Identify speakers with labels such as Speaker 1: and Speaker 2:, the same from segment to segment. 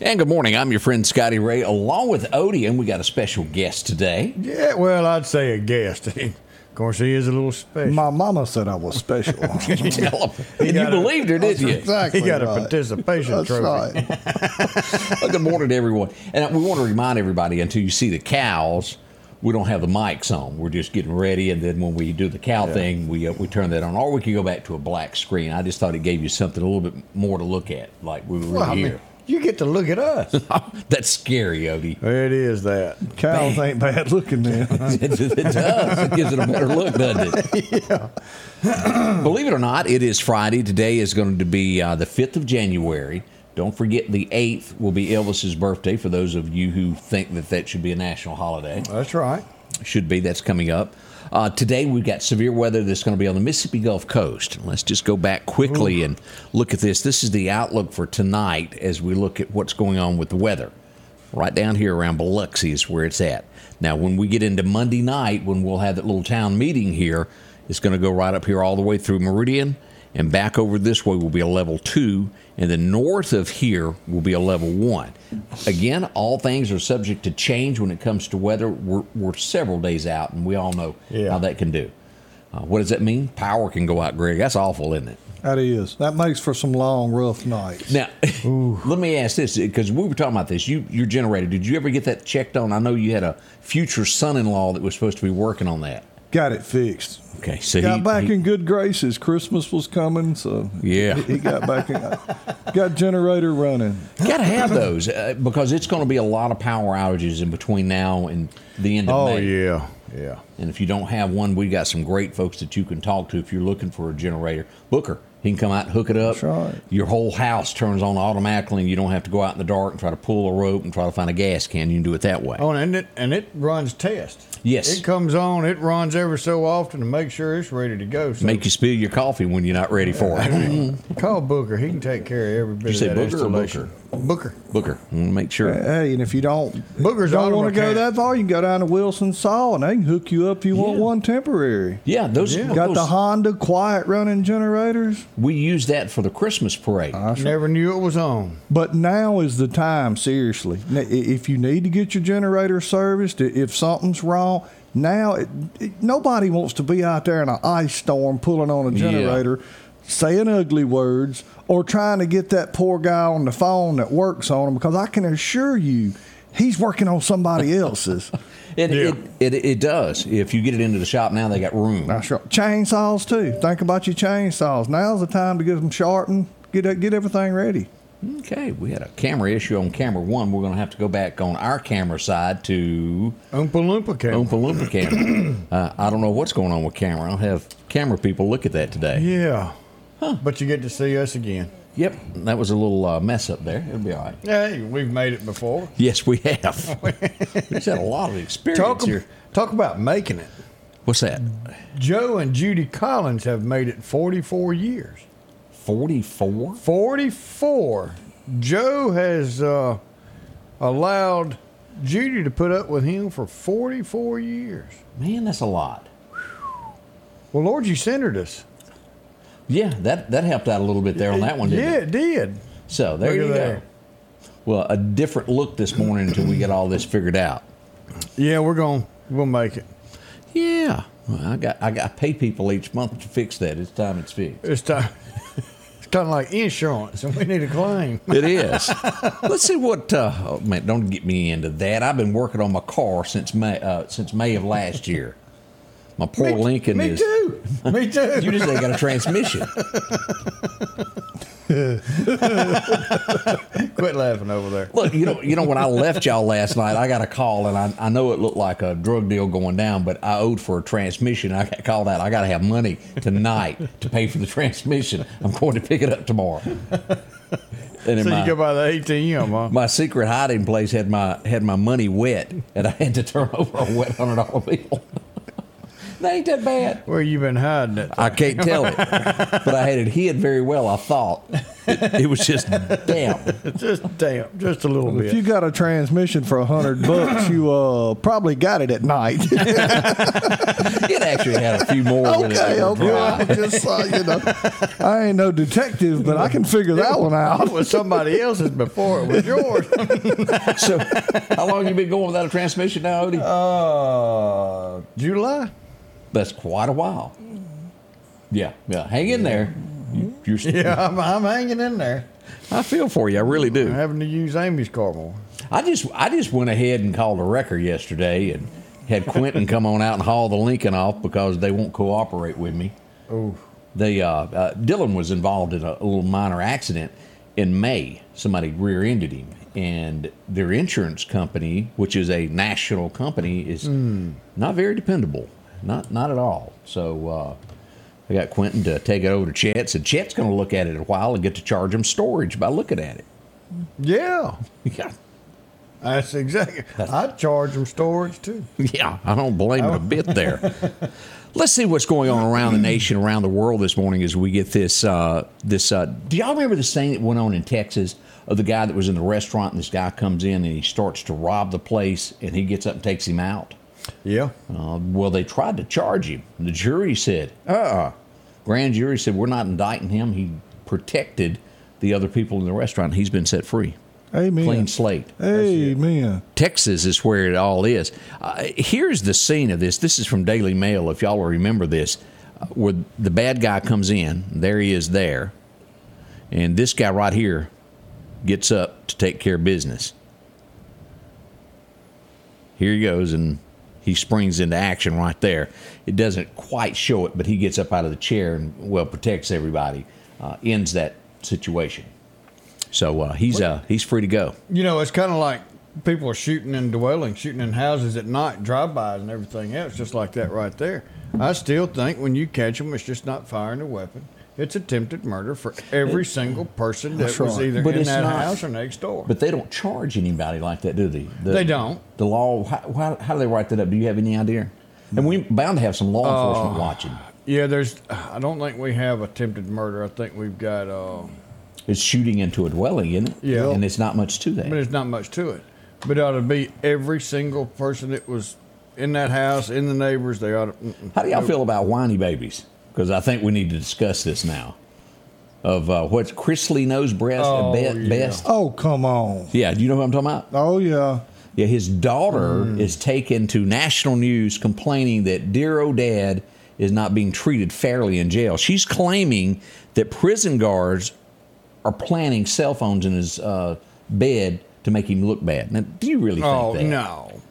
Speaker 1: And good morning. I'm your friend Scotty Ray, along with Odie, and we got a special guest today.
Speaker 2: Yeah, well, I'd say a guest. of course, he is a little special.
Speaker 3: My mama said I was special.
Speaker 1: Tell him. And you
Speaker 2: got a-
Speaker 1: believed her, didn't you?
Speaker 3: exactly.
Speaker 2: he got a
Speaker 3: right.
Speaker 2: participation
Speaker 3: That's
Speaker 2: trophy.
Speaker 3: right.
Speaker 1: Well, Good morning, everyone. And we want to remind everybody until you see the cows, we don't have the mics on. We're just getting ready. And then when we do the cow thing, we, uh, we turn that on. Or we could go back to a black screen. I just thought it gave you something a little bit more to look at, like we were
Speaker 2: Well, I mean,
Speaker 1: here.
Speaker 2: you get to look at us.
Speaker 1: That's scary, Odie.
Speaker 2: it is that.
Speaker 3: Cows ain't bad looking then.
Speaker 1: It, it does. It gives it a better look, doesn't it? Believe it or not, it is Friday. Today is going to be uh, the 5th of January. Don't forget the 8th will be Elvis's birthday for those of you who think that that should be a national holiday.
Speaker 2: That's right.
Speaker 1: should be. That's coming up. Uh, today we've got severe weather that's going to be on the Mississippi Gulf Coast. Let's just go back quickly and look at this. This is the outlook for tonight as we look at what's going on with the weather. Right down here around Biloxi is where it's at. Now, when we get into Monday night, when we'll have that little town meeting here, it's going to go right up here all the way through Meridian and back over this way will be a level two, and then north of here will be a level one. Again, all things are subject to change when it comes to weather. We're, we're several days out, and we all know
Speaker 2: Yeah.
Speaker 1: how that can do. Uh, what does that mean? Power can go out, Greg. That's awful, isn't it?
Speaker 3: that is. That makes for some long, rough nights.
Speaker 1: Now, let me ask this because we were talking about this. You, your generator. Did you ever get that checked on? I know you had a future son-in-law that was supposed to be working on that.
Speaker 3: Got it fixed.
Speaker 1: Okay, so
Speaker 3: Got
Speaker 1: he-
Speaker 3: back
Speaker 1: he-
Speaker 3: in good graces. Christmas was coming, so
Speaker 1: Yeah.
Speaker 3: he, he got back in. Got generator running.
Speaker 1: Got to have those uh, because it's going to be a lot of power outages in between now and the end of
Speaker 2: Oh,
Speaker 1: May.
Speaker 2: yeah. Yeah.
Speaker 1: And if you don't have one, we got some great folks that you can talk to if you're looking for a generator. Booker, he can come out and hook it up.
Speaker 3: That's right.
Speaker 1: Your whole house turns on automatically, and you don't have to go out in the dark and try to pull a rope and try to find a gas can. You can do it that way.
Speaker 2: Oh, and it and it runs tests.
Speaker 1: Yes.
Speaker 2: It comes on. It runs every so often to make sure it's ready to go. So
Speaker 1: Make you spill your coffee when you're not ready for it.
Speaker 2: call Booker. He can take care of every bit
Speaker 1: say
Speaker 2: of that
Speaker 1: Booker or
Speaker 2: installation. Booker.
Speaker 1: Booker, I wanna make sure.
Speaker 3: Hey, and if you don't
Speaker 2: Booker's
Speaker 3: don't
Speaker 2: auto
Speaker 3: want to go
Speaker 2: mechanic.
Speaker 3: that far, you can go down to Wilson Saw and they can hook you up if you want
Speaker 1: Yeah.
Speaker 3: one temporary.
Speaker 1: Yeah, those,
Speaker 3: Got the
Speaker 1: those-
Speaker 3: Honda quiet running generators.
Speaker 1: we use that for the Christmas parade.
Speaker 2: Never knew it was on.
Speaker 3: But now is the time, seriously. N- i- If you need to get your generator serviced, i- if something's wrong, now it, it- nobody wants to be out there in an ice storm pulling on a
Speaker 1: Yeah.
Speaker 3: generator, saying ugly words, or trying to get that poor guy on the phone that works on him because I can assure you he's working on somebody else's.
Speaker 1: It,
Speaker 2: Yeah.
Speaker 1: it, it, it does. If you get it into the shop now, they got room.
Speaker 3: Now, sure. Chainsaws, too. Think about your chainsaws. Now's the time to get them sharpened, get, get everything ready.
Speaker 1: Okay, we had a camera issue on camera one. We're going to have to go back on our camera side to
Speaker 2: Oompa Loompa came.
Speaker 1: Oompa Loompa camera. uh, I don't know what's going on with camera. I'll have camera people look at that today.
Speaker 2: Yeah. But you get to see us again.
Speaker 1: Yep, that was a little uh, mess up there. It'll be all right.
Speaker 2: Hey, we've made it before.
Speaker 1: Yes, we have. We've had a lot of experience
Speaker 2: Talk,
Speaker 1: here.
Speaker 2: talk about making it.
Speaker 1: What's that?
Speaker 2: Joe and Judy Collins have made it 44 years.
Speaker 1: 44?
Speaker 2: 44. Joe has uh, allowed Judy to put up with him for 44 years.
Speaker 1: Man, that's a lot.
Speaker 2: Well, Lord, you centered us.
Speaker 1: Yeah, that, that helped out a little bit there on that one, didn't
Speaker 2: yeah,
Speaker 1: it?
Speaker 2: it did.
Speaker 1: So there
Speaker 2: Look at
Speaker 1: you go.
Speaker 2: there.
Speaker 1: Well, a different look this morning until we get all this figured out.
Speaker 2: Yeah, we're going. We'll make it.
Speaker 1: Yeah. Well, I got I got I pay people each month to fix that. It's time it's fixed.
Speaker 2: It's time. it's kind of like insurance, and we need a claim.
Speaker 1: It is. Let's see what. Uh, oh man, don't get me into that. I've been working on my car since May uh, since May of last year. My poor Lincoln
Speaker 2: Me
Speaker 1: is.
Speaker 2: too. Me too.
Speaker 1: You just ain't got a transmission.
Speaker 2: Quit laughing over there.
Speaker 1: Look, you know, you know when I left y'all last night, I got a call, and I, I know it looked like a drug deal going down, but I owed for a transmission. I got called out. I got to have money tonight to pay for the transmission. I'm going to pick it up tomorrow. And in
Speaker 2: So
Speaker 1: my-
Speaker 2: you go by the ATM, huh?
Speaker 1: my secret hiding place had my had my money wet, and I had to turn over a wet hundred dollar bill. that ain't that bad.
Speaker 2: Where you been hiding it?
Speaker 1: I can't tell it, but I had it hid very well. I thought. It, it was just damn.
Speaker 2: Just damp, just a little
Speaker 3: If you
Speaker 2: bit.
Speaker 3: got a transmission for a hundred bucks, you uh, probably got it at night.
Speaker 1: It actually had a few more. in it
Speaker 3: okay,
Speaker 1: that were
Speaker 3: okay.
Speaker 1: dry.
Speaker 3: I just uh, you know, I ain't no detective, but I can figure that one
Speaker 2: It
Speaker 3: out.
Speaker 2: was somebody else's before it was yours.
Speaker 1: So, how long you been going without a transmission now, Odie?
Speaker 2: Uh, July.
Speaker 1: That's quite a while. Yeah, yeah. Hang in there. You- You're, st-
Speaker 2: Yeah, I'm, I'm hanging in there.
Speaker 1: I feel for you. I really
Speaker 2: I'm
Speaker 1: do.
Speaker 2: having to use Amy's car more.
Speaker 1: I just, I just went ahead and called a wrecker yesterday and had Quentin come on out and haul the Lincoln off because they won't cooperate with me.
Speaker 2: Oh,
Speaker 1: They, uh, uh, Dylan was involved in a, little minor accident in May. Somebody rear-ended him, and their insurance company, which is a national company, is not very dependable. Not, not at all. So uh, I got Quentin to take it over to Chet. Said Chet's going to look at it a while and get to charge him storage by looking at it.
Speaker 2: yeah.
Speaker 1: Yeah,
Speaker 2: That's exactly. I charge them storage too.
Speaker 1: yeah. I don't blame him a bit there. Let's see what's going on around the nation, around the world this morning as we get this. Uh, this uh, do y'all remember this thing that went on in Texas of the guy that was in the restaurant and this guy comes in and he starts to rob the place and he gets up and takes him out?
Speaker 2: Yeah.
Speaker 1: Uh, well, they tried to charge him. The jury said, uh uh Grand jury said, we're not indicting him. He protected the other people in the restaurant. He's been set free.
Speaker 3: Amen.
Speaker 1: Clean slate.
Speaker 3: Amen.
Speaker 1: Texas is where it all is. Uh, here's the scene of this. This is from Daily Mail, if y'all remember this, uh, where the bad guy comes in. There he is there. And this guy right here gets up to take care of business. Here he goes, and he springs into action right there. It doesn't quite show it, but he gets up out of the chair and, well, protects everybody, uh, ends that situation. So uh, he's uh, he's free to go.
Speaker 2: You know, it's kind of like people are shooting in dwellings, shooting in houses at night, drive-bys and everything else, just like that right there. I still think when you catch them, it's just not firing a weapon. It's attempted murder for every single person that
Speaker 3: That's
Speaker 2: was
Speaker 3: right.
Speaker 2: either
Speaker 1: But
Speaker 2: in
Speaker 1: it's
Speaker 2: that
Speaker 1: not-
Speaker 2: house or next door.
Speaker 1: But they don't charge anybody like that, do they? The,
Speaker 2: They don't.
Speaker 1: The law. How, how, how do they write that up? Do you have any idea? And we bound to have some
Speaker 2: Uh,
Speaker 1: law enforcement watching.
Speaker 2: yeah, there's. I don't think we have attempted murder. I think we've got. Uh,
Speaker 1: It's shooting into a dwelling, isn't it?
Speaker 2: Yeah.
Speaker 1: And it's not much to that.
Speaker 2: but there's not much to it. But it ought to be every single person that was in that house, in the neighbors. They ought to.
Speaker 1: how do y'all feel about whiny babies? Because I think we need to discuss this now. Of uh, what's Chrisley knows breast uh,
Speaker 2: Oh,
Speaker 1: be-
Speaker 2: yeah.
Speaker 1: best.
Speaker 3: Oh come on.
Speaker 1: Yeah, do you know what I'm talking about?
Speaker 3: Oh yeah.
Speaker 1: Yeah, his daughter
Speaker 2: Hmm.
Speaker 1: is taken to national news complaining that dear old dad is not being treated fairly in jail. She's claiming that prison guards are planting cell phones in his uh, bed to make him look bad. Now, do you really think
Speaker 2: Oh
Speaker 1: that?
Speaker 2: no.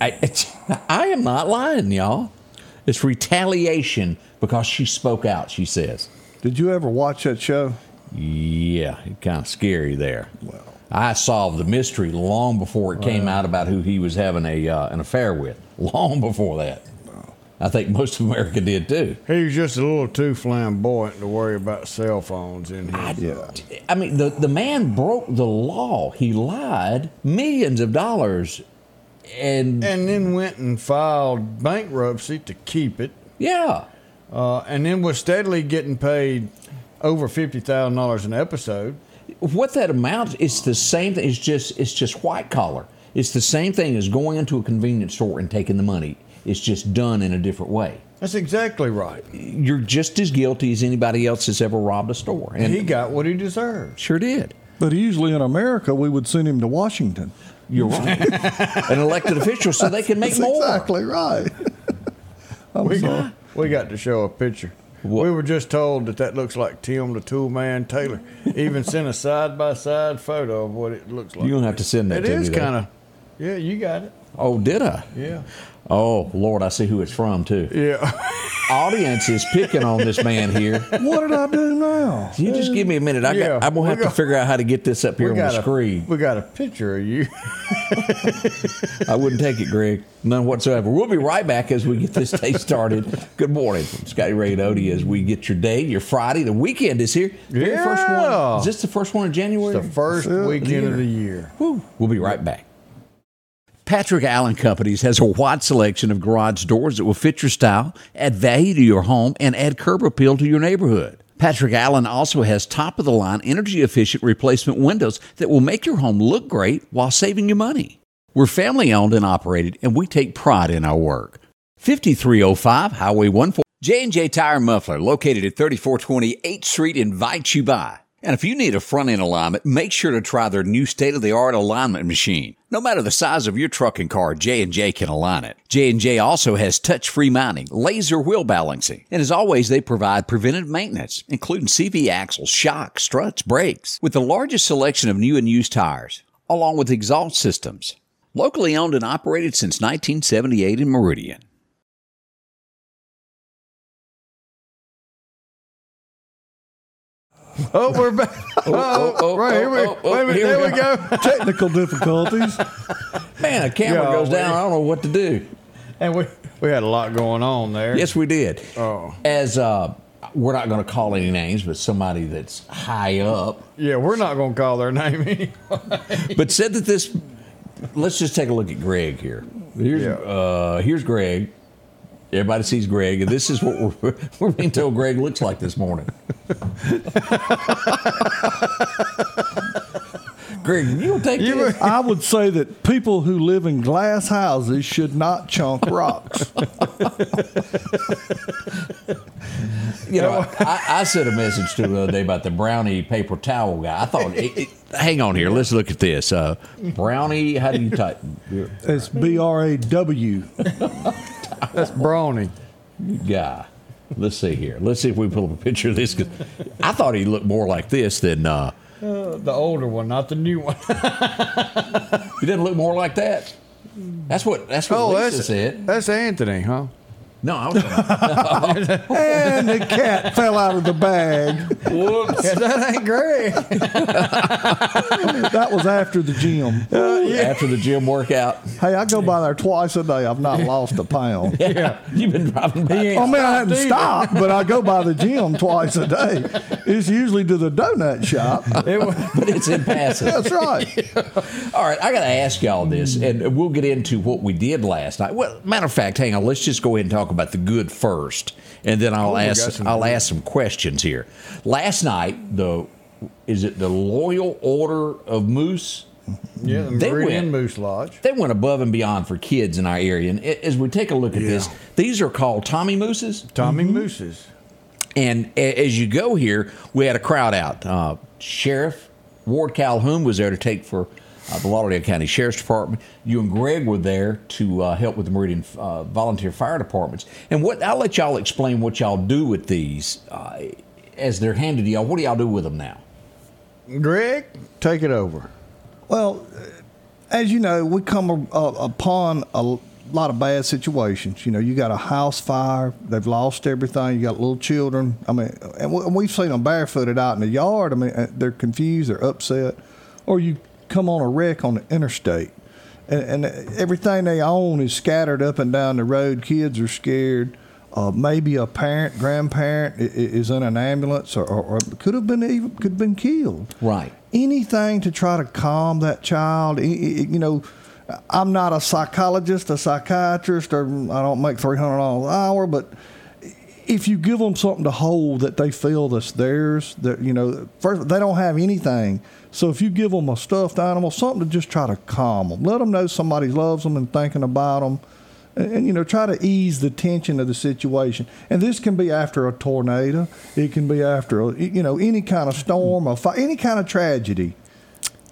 Speaker 1: I, I am not lying, y'all. It's retaliation because she spoke out, she says.
Speaker 3: Did you ever watch that show?
Speaker 1: Yeah, kind of scary there. Well, I solved the mystery long before it came out about who he was having a uh, an affair with. Long before that, I think most of America did too.
Speaker 2: He was just a little too flamboyant to worry about cell phones in here.
Speaker 3: Yeah.
Speaker 1: I mean, the the man broke the law. He lied millions of dollars, and,
Speaker 2: And then went and filed bankruptcy to keep it,
Speaker 1: yeah,
Speaker 2: uh, and then was steadily getting paid over fifty thousand dollars an episode.
Speaker 1: what that amounts it's the same thing. It's just it's just white collar. It's the same thing as going into a convenience store and taking the money. It's just done in a different way.
Speaker 2: That's exactly right.
Speaker 1: you're just as guilty as anybody else that's ever robbed a store. And
Speaker 2: He got what he deserved.
Speaker 1: sure did.
Speaker 3: But usually in America, we would send him to Washington.
Speaker 1: You're right. An elected official, so they can make
Speaker 3: That's
Speaker 1: more.
Speaker 3: exactly right. I'm
Speaker 2: We
Speaker 3: sorry.
Speaker 2: got, we got to show a picture.
Speaker 1: What?
Speaker 2: We were just told that that looks like Tim the Tool Man Taylor. Even sent a side by side photo of what it looks like.
Speaker 1: You're gonna have to send that
Speaker 2: It
Speaker 1: to me,
Speaker 2: is
Speaker 1: though.
Speaker 2: kind of. Yeah, you got it.
Speaker 1: Oh, did I?
Speaker 2: Yeah.
Speaker 1: Oh Lord, I see who it's from too.
Speaker 2: Yeah.
Speaker 1: Audience is picking on this man here.
Speaker 3: What did I do now?
Speaker 1: You just give me a minute. I
Speaker 2: Yeah,
Speaker 1: got, I'm gonna
Speaker 2: we
Speaker 1: have to
Speaker 2: got-
Speaker 1: figure out how to get this up here on the
Speaker 2: a,
Speaker 1: screen.
Speaker 2: We got a picture of you.
Speaker 1: I wouldn't take it, Greg. None whatsoever. We'll be right back as we get this day started. Good morning, from Scotty Ray and Odie. As we get your day, your Friday, the weekend is here. Very first
Speaker 2: Yeah.
Speaker 1: one. Is this the first one of January?
Speaker 2: the first weekend of the year.
Speaker 1: Whew. We'll be right back. Patrick Allen Companies has a wide selection of garage doors that will fit your style, add value to your home, and add curb appeal to your neighborhood. Patrick Allen also has top of the line energy efficient replacement windows that will make your home look great while saving you money. We're family owned and operated, and we take pride in our work. 5305 Highway 14. J&J Tire Muffler, located at 3420 8th Street, invites you by. And if you need a front end alignment, make sure to try their new state of the art alignment machine. No matter the size of your truck and car, J&J can align it. J&J also has touch-free mounting, laser wheel balancing, and as always, they provide preventive maintenance, including CV axles, shocks, struts, brakes, with the largest selection of new and used tires, along with exhaust systems. Locally owned and operated since 1978 in Meridian.
Speaker 2: Oh, we're back. Oh,
Speaker 1: oh,
Speaker 2: right here we,
Speaker 1: oh, oh,
Speaker 2: wait a minute,
Speaker 1: here
Speaker 2: there
Speaker 1: we
Speaker 2: we go.
Speaker 3: Technical difficulties.
Speaker 1: Man, a camera
Speaker 2: Yeah,
Speaker 1: goes
Speaker 2: we-
Speaker 1: down. I don't know what to do.
Speaker 2: And we we had a lot going on there.
Speaker 1: Yes, we did.
Speaker 2: Oh.
Speaker 1: As uh, we're not going to call any names, but somebody that's high up,
Speaker 2: Yeah, we're not going to call their name anymore.
Speaker 1: but said that this. Let's just take a look at Greg here. Here's
Speaker 2: Yeah.
Speaker 1: uh, here's Greg. Everybody sees Greg, and this is what we're, we're being told Greg looks like this morning. Greg, you will take
Speaker 2: You
Speaker 1: this.
Speaker 3: I would say that people who live in glass houses should not chunk rocks.
Speaker 1: You know, I, I sent a message to him the other day about the brownie paper towel guy. I thought, it, it, hang on here, let's look at this. Uh, brownie, how do you type?
Speaker 3: It's B R A W.
Speaker 2: That's Brawny.
Speaker 1: Guy. Let's see here. Let's see if we pull up a picture of this. 'cause I thought he looked more like this than uh,
Speaker 2: The older one, not the new one.
Speaker 1: he didn't look more like that. That's what Oh, that's what Lisa said.
Speaker 2: That's Anthony, huh?
Speaker 1: No, I was,
Speaker 3: And the cat fell out of the bag.
Speaker 2: Yeah, that ain't great.
Speaker 3: That was after the gym.
Speaker 1: after the gym workout.
Speaker 3: Hey, I go by there twice a day. I've not lost a pound.
Speaker 1: Yeah, you've been driving by.
Speaker 3: I mean, I hadn't stopped, but I go by the gym twice a day. It's usually to the donut shop.
Speaker 2: It was,
Speaker 1: but it's in passing.
Speaker 3: That's right.
Speaker 1: All right, I got to ask y'all this, and we'll get into what we did last night. Well, matter of fact, hang on. Let's just go ahead and talk about the good first, and then I'll
Speaker 2: Oh, we got
Speaker 1: ask
Speaker 2: some
Speaker 1: I'll
Speaker 2: good.
Speaker 1: ask some questions here. Last night, the is it the Loyal Order of Moose?
Speaker 2: yeah, the
Speaker 1: They
Speaker 2: Meridian
Speaker 1: went.
Speaker 2: Moose Lodge.
Speaker 1: They went above and beyond for kids in our area. And a- as we take a look at this,
Speaker 2: Yeah.
Speaker 1: these are called Tommy Mooses.
Speaker 2: Tommy Mooses.
Speaker 1: And a- as you go here, we had a crowd out. Uh, Sheriff Ward Calhoun was there to take for uh, the Lauderdale County Sheriff's Department. You and Greg were there to uh, help with the Meridian uh, Volunteer Fire Departments. And what I'll let y'all explain what y'all do with these uh, as they're handed to y'all. What do y'all do with them now?
Speaker 2: Greg, take it over.
Speaker 3: Well, as you know, we come a, a, upon a lot of bad situations. You know, you got a house fire, they've lost everything, you got little children. I mean, and we- and we've seen them barefooted out in the yard. I mean, uh, they're confused, they're upset. Or you come on a wreck on the interstate. And, and everything they own is scattered up and down the road. Kids are scared. Uh, maybe a parent, grandparent i- i- is in an ambulance, or, or, or could have been even could have been killed
Speaker 1: Right.
Speaker 3: anything to try to calm that child. I- I- You know, I'm not a psychologist, a psychiatrist, or I don't make three hundred dollars an hour, but if you give them something to hold that they feel that's theirs, that you know, first they don't have anything. So if you give them a stuffed animal, something to just try to calm them, let them know somebody loves them and thinking about them, and, and, you know, try to ease the tension of the situation. And this can be after a tornado, it can be after a, you know any kind of storm, or fi- any kind of tragedy.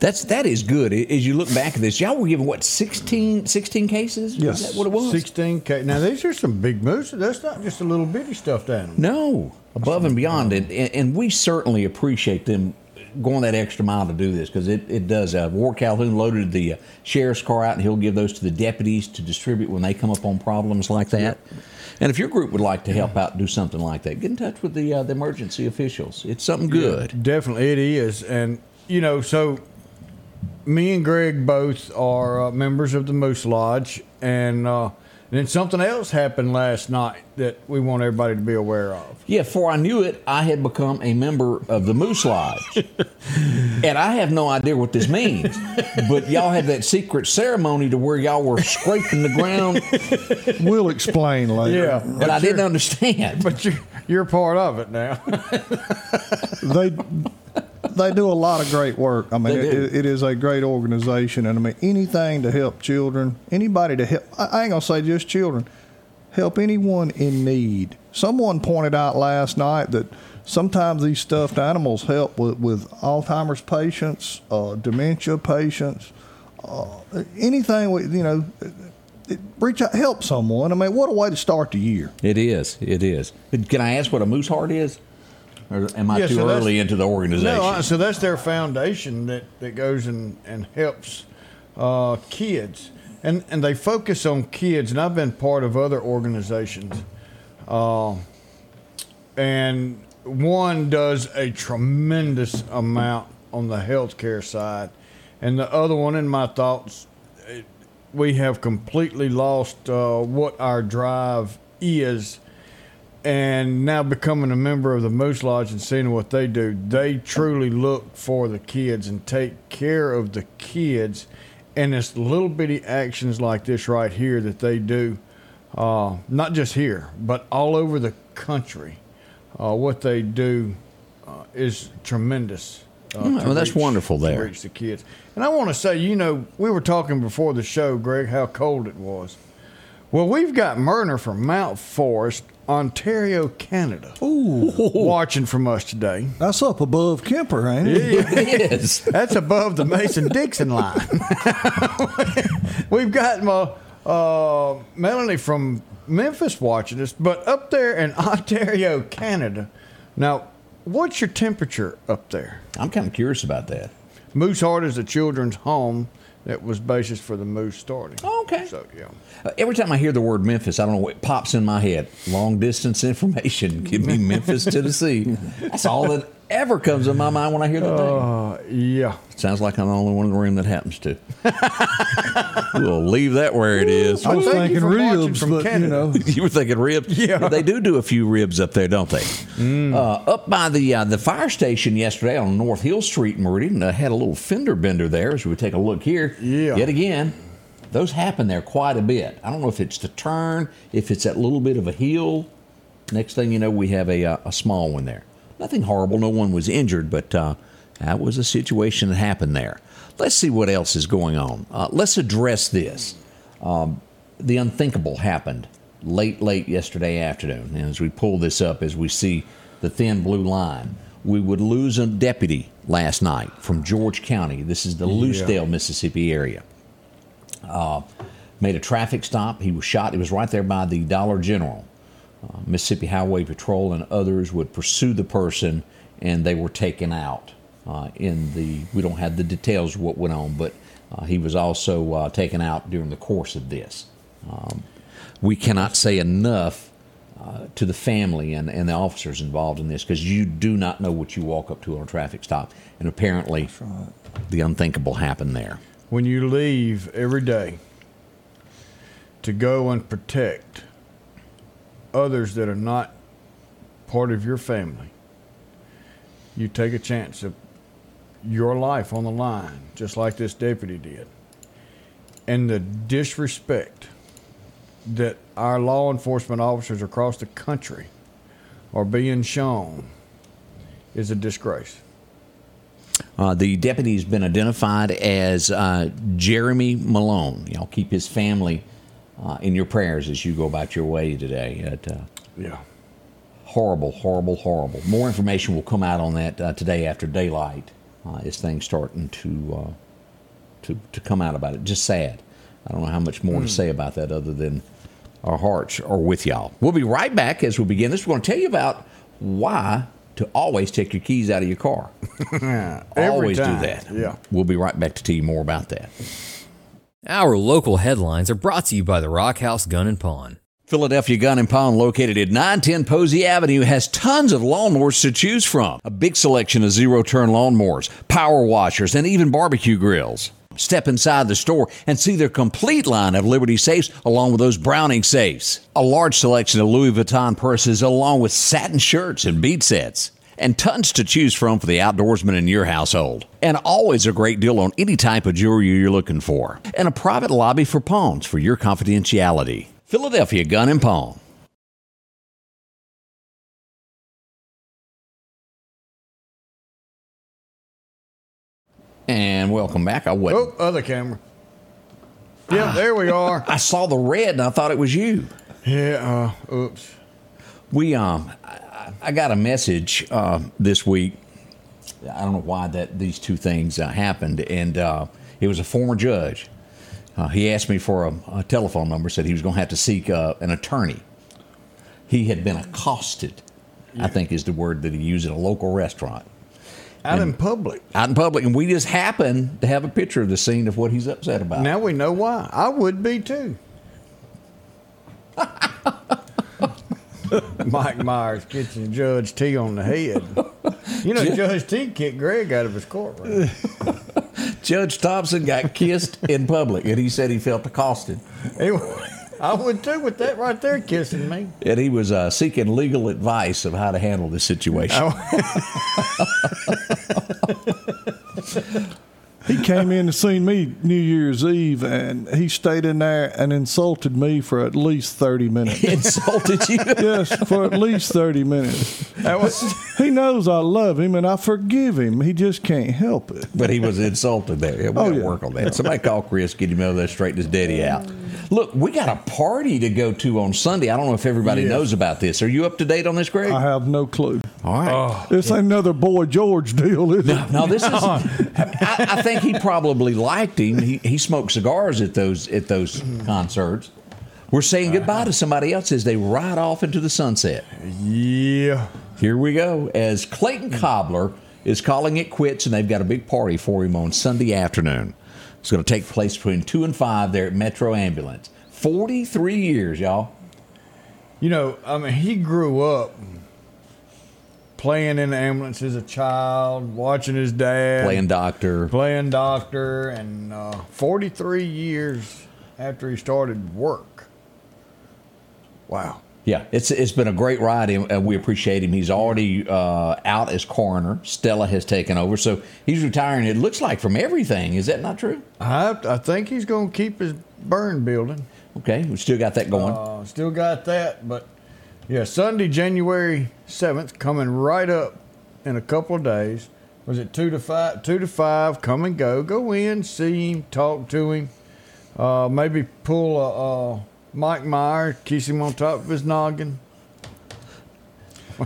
Speaker 1: That's that is good. A- As you look back at this, y'all were given what 16, 16 cases?
Speaker 3: Yes.
Speaker 1: Is that what it was?
Speaker 2: 16K. Now, these are some big mooses. That's not just a little bitty stuffed animal.
Speaker 1: No, above and beyond it, and, and we certainly appreciate them going that extra mile to do this because it, it does. Uh, War Calhoun loaded the uh, sheriff's car out, and he'll give those to the deputies to distribute when they come up on problems like that. And if your group would like to help out, do something like that. Get in touch with the uh, the emergency officials. It's something good.
Speaker 2: Definitely, it is. And, you know, so me and Greg both are uh, members of the Moose Lodge. And, uh, then something else happened last night that we want everybody to be aware of.
Speaker 1: Yeah, before I knew it, I had become a member of the Moose Lodge. and I have no idea what this means. But y'all had that secret ceremony to where y'all were scraping the ground
Speaker 3: We'll explain later.
Speaker 2: Yeah.
Speaker 1: and I didn't understand.
Speaker 2: But you, you're part of it now.
Speaker 3: they they do a lot of great work. I mean,
Speaker 1: They do.
Speaker 3: it, it is a great organization, and I mean anything to help children, anybody to help. I I ain't gonna say just children, help anyone in need. Someone pointed out last night that sometimes these stuffed animals help with, with Alzheimer's patients, uh, dementia patients, uh, anything with you know. It, reach out, help someone. I mean, what a way to start the year.
Speaker 1: It is. It is. Can I ask what a moose heart is? Or am I
Speaker 2: Yeah,
Speaker 1: too
Speaker 2: so that's-
Speaker 1: early into the organization?
Speaker 2: No, I- so that's their foundation that, that goes and, and helps uh, kids. And, and they focus on kids, and I've been part of other organizations. Uh, and one does a tremendous amount on the healthcare side. And the other one, in my thoughts, it, we have completely lost uh, what our drive is and now becoming a member of the Moose Lodge and seeing what they do, they truly look for the kids and take care of the kids. And it's little bitty actions like this right here that they do, uh, not just here, but all over the country. Uh, what they do uh, is tremendous. Uh,
Speaker 1: Mm,
Speaker 2: to
Speaker 1: well, that's
Speaker 2: reach-
Speaker 1: wonderful
Speaker 2: to
Speaker 1: there.
Speaker 2: reach the kids. And I want to say, you know, we were talking before the show, Greg, how cold it was. Well, we've got Myrna from Mount Forest, Ontario, Canada, watching from us today.
Speaker 3: That's up above Kemper, ain't it?
Speaker 1: it is.
Speaker 2: That's above the Mason Dixon line. We've got my, uh, Melanie from Memphis watching us, but up there in Ontario, Canada. Now, what's your temperature up there?
Speaker 1: I'm kind of curious about that.
Speaker 2: Moose Heart is a children's home that was basis for the Moose starting.
Speaker 1: Okay.
Speaker 2: So, yeah.
Speaker 1: Uh, every time I hear the word Memphis, I don't know what pops in my head. Long distance information. Give me Memphis, Tennessee. That's all that ever comes in my mind when I hear the name.
Speaker 2: Uh, yeah.
Speaker 1: Sounds like I'm the only one in the room that happens to. we'll leave that where it is.
Speaker 3: I was
Speaker 2: Well, thank you
Speaker 3: thinking
Speaker 2: for watching
Speaker 3: ribs,
Speaker 2: from
Speaker 3: but
Speaker 2: Canada.
Speaker 3: you know,
Speaker 1: you were thinking ribs.
Speaker 2: Yeah. Mm.
Speaker 1: they do do a few ribs up there, don't they? Uh, up by the uh, the fire station yesterday on North Hill Street, in Meridian, uh, had a little fender bender there. As we take a look here,
Speaker 2: Yeah.
Speaker 1: yet again, those happen there quite a bit. I don't know if it's the turn, if it's that little bit of a hill. Next thing you know, we have a uh, a small one there. Nothing horrible. No one was injured, but uh, that was a situation that happened there. Let's see what else is going on. Uh, let's address this the unthinkable happened late, late yesterday afternoon. And as we pull this up, as we see the thin blue line, we would lose a deputy last night from George County. This is the Loosedale, Mississippi area. Uh, made a traffic stop. He was shot. It was right there by the Dollar General. Uh, Mississippi Highway Patrol and others would pursue the person, and they were taken out. Uh, in the we don't have the details of what went on, but uh, he was also uh, taken out during the course of this. Um, we cannot say enough uh, to the family and, and the officers involved in this because you do not know what you walk up to on a traffic stop, and apparently the unthinkable happened there.
Speaker 2: when you leave every day to go and protect others that are not part of your family, you take a chance of your life on the line, just like this deputy did. And the disrespect that our law enforcement officers across the country are being shown is a disgrace.
Speaker 1: Uh, the deputy's been identified as uh, Jeremy Malone. Y'all keep his family uh, in your prayers as you go about your way today. At, uh,
Speaker 2: Yeah.
Speaker 1: horrible, horrible, horrible. More information will come out on that uh, today after daylight uh, as things starting to, uh, to to come out about it. Just sad. I don't know how much
Speaker 2: Hmm.
Speaker 1: more to say about that other than our hearts are with y'all. We'll be right back as we begin this. We're going to tell you about why to always take your keys out of your car.
Speaker 2: Every
Speaker 1: always
Speaker 2: time.
Speaker 1: do that.
Speaker 2: Yeah.
Speaker 1: We'll be right back to tell you more about that.
Speaker 4: Our local headlines are brought to you by the Rock House Gun and Pawn.
Speaker 1: Philadelphia Gun and Pawn, located at 910 Posey Avenue, has tons of lawnmowers to choose from. A big selection of zero turn lawnmowers, power washers, and even barbecue grills. Step inside the store and see their complete line of Liberty safes along with those Browning safes. A large selection of Louis Vuitton purses along with satin shirts and bead sets and tons to choose from for the outdoorsman in your household. And always a great deal on any type of jewelry you're looking for. And a private lobby for pawns for your confidentiality. Philadelphia Gun and Pawn. And welcome back. I wasn't.
Speaker 2: Oh, other camera. Yeah, there we are.
Speaker 1: I saw the red and I thought it was you.
Speaker 2: Yeah. Uh, oops.
Speaker 1: We um, I, I got a message uh, this week. I don't know why that these two things uh, happened, and uh, it was a former judge. Uh, he asked me for a, a telephone number. Said he was going to have to seek uh, an attorney. He had been accosted. I think is the word that he used at a local restaurant
Speaker 2: Out in public.
Speaker 1: out in public, and we just happened to have a picture of the scene of what he's upset about.
Speaker 2: Now we know why. I would be too. Mike Myers catching Judge T on the head. You know, Judge T kicked Greg out of his courtroom.
Speaker 1: Judge Thompson got kissed in public, and he said he felt accosted.
Speaker 2: Anyway, I would too with that right there kissing me.
Speaker 1: and he was uh, seeking legal advice of how to handle this situation.
Speaker 3: He came in and seen me New Year's Eve, and he stayed in there and insulted me for at least thirty minutes.
Speaker 1: Insulted you.
Speaker 3: yes, for at least thirty minutes.
Speaker 2: That was
Speaker 3: He knows I love him and I forgive him. He just can't help it.
Speaker 1: But he was insulted there. Yeah, we got to
Speaker 3: yeah.
Speaker 1: work on that. Somebody call Chris, get him out of there, straighten his daddy out. Look, we got a party to go to on Sunday. I don't know if everybody
Speaker 2: Yes.
Speaker 1: knows about this. Are you up to date on this, Greg?
Speaker 3: I have no clue.
Speaker 1: All right.
Speaker 2: Oh.
Speaker 3: It's another boy George deal, is it?
Speaker 1: No, this is. I, I think he probably liked him. He, he smoked cigars at those at those concerts. We're saying goodbye to somebody else as they ride off into the sunset.
Speaker 2: yeah.
Speaker 1: Here we go. As Clayton Cobbler is calling it quits, and they've got a big party for him on Sunday afternoon. It's going to take place between 2 and 5 there at Metro Ambulance. 43 years, y'all.
Speaker 2: You know, I mean, he grew up playing in the ambulance as a child, watching his dad
Speaker 1: Playing doctor.
Speaker 2: playing doctor, and uh, 43 years after he started work. Wow.
Speaker 1: Yeah, it's it's been a great ride, and and we appreciate him. He's already uh, out as coroner. Stella has taken over, so he's retiring. It looks like from everything. Is that not true?
Speaker 2: I, I think he's going to keep his burn building.
Speaker 1: Okay, we still got that going.
Speaker 2: Uh, still got that, but yeah, Sunday, January 7th, coming right up in a couple of days. Was it two to five? Two to five, come and go. Go in, see him, talk to him. Uh, maybe pull a, uh Mike Meyer, kiss him on top of his noggin.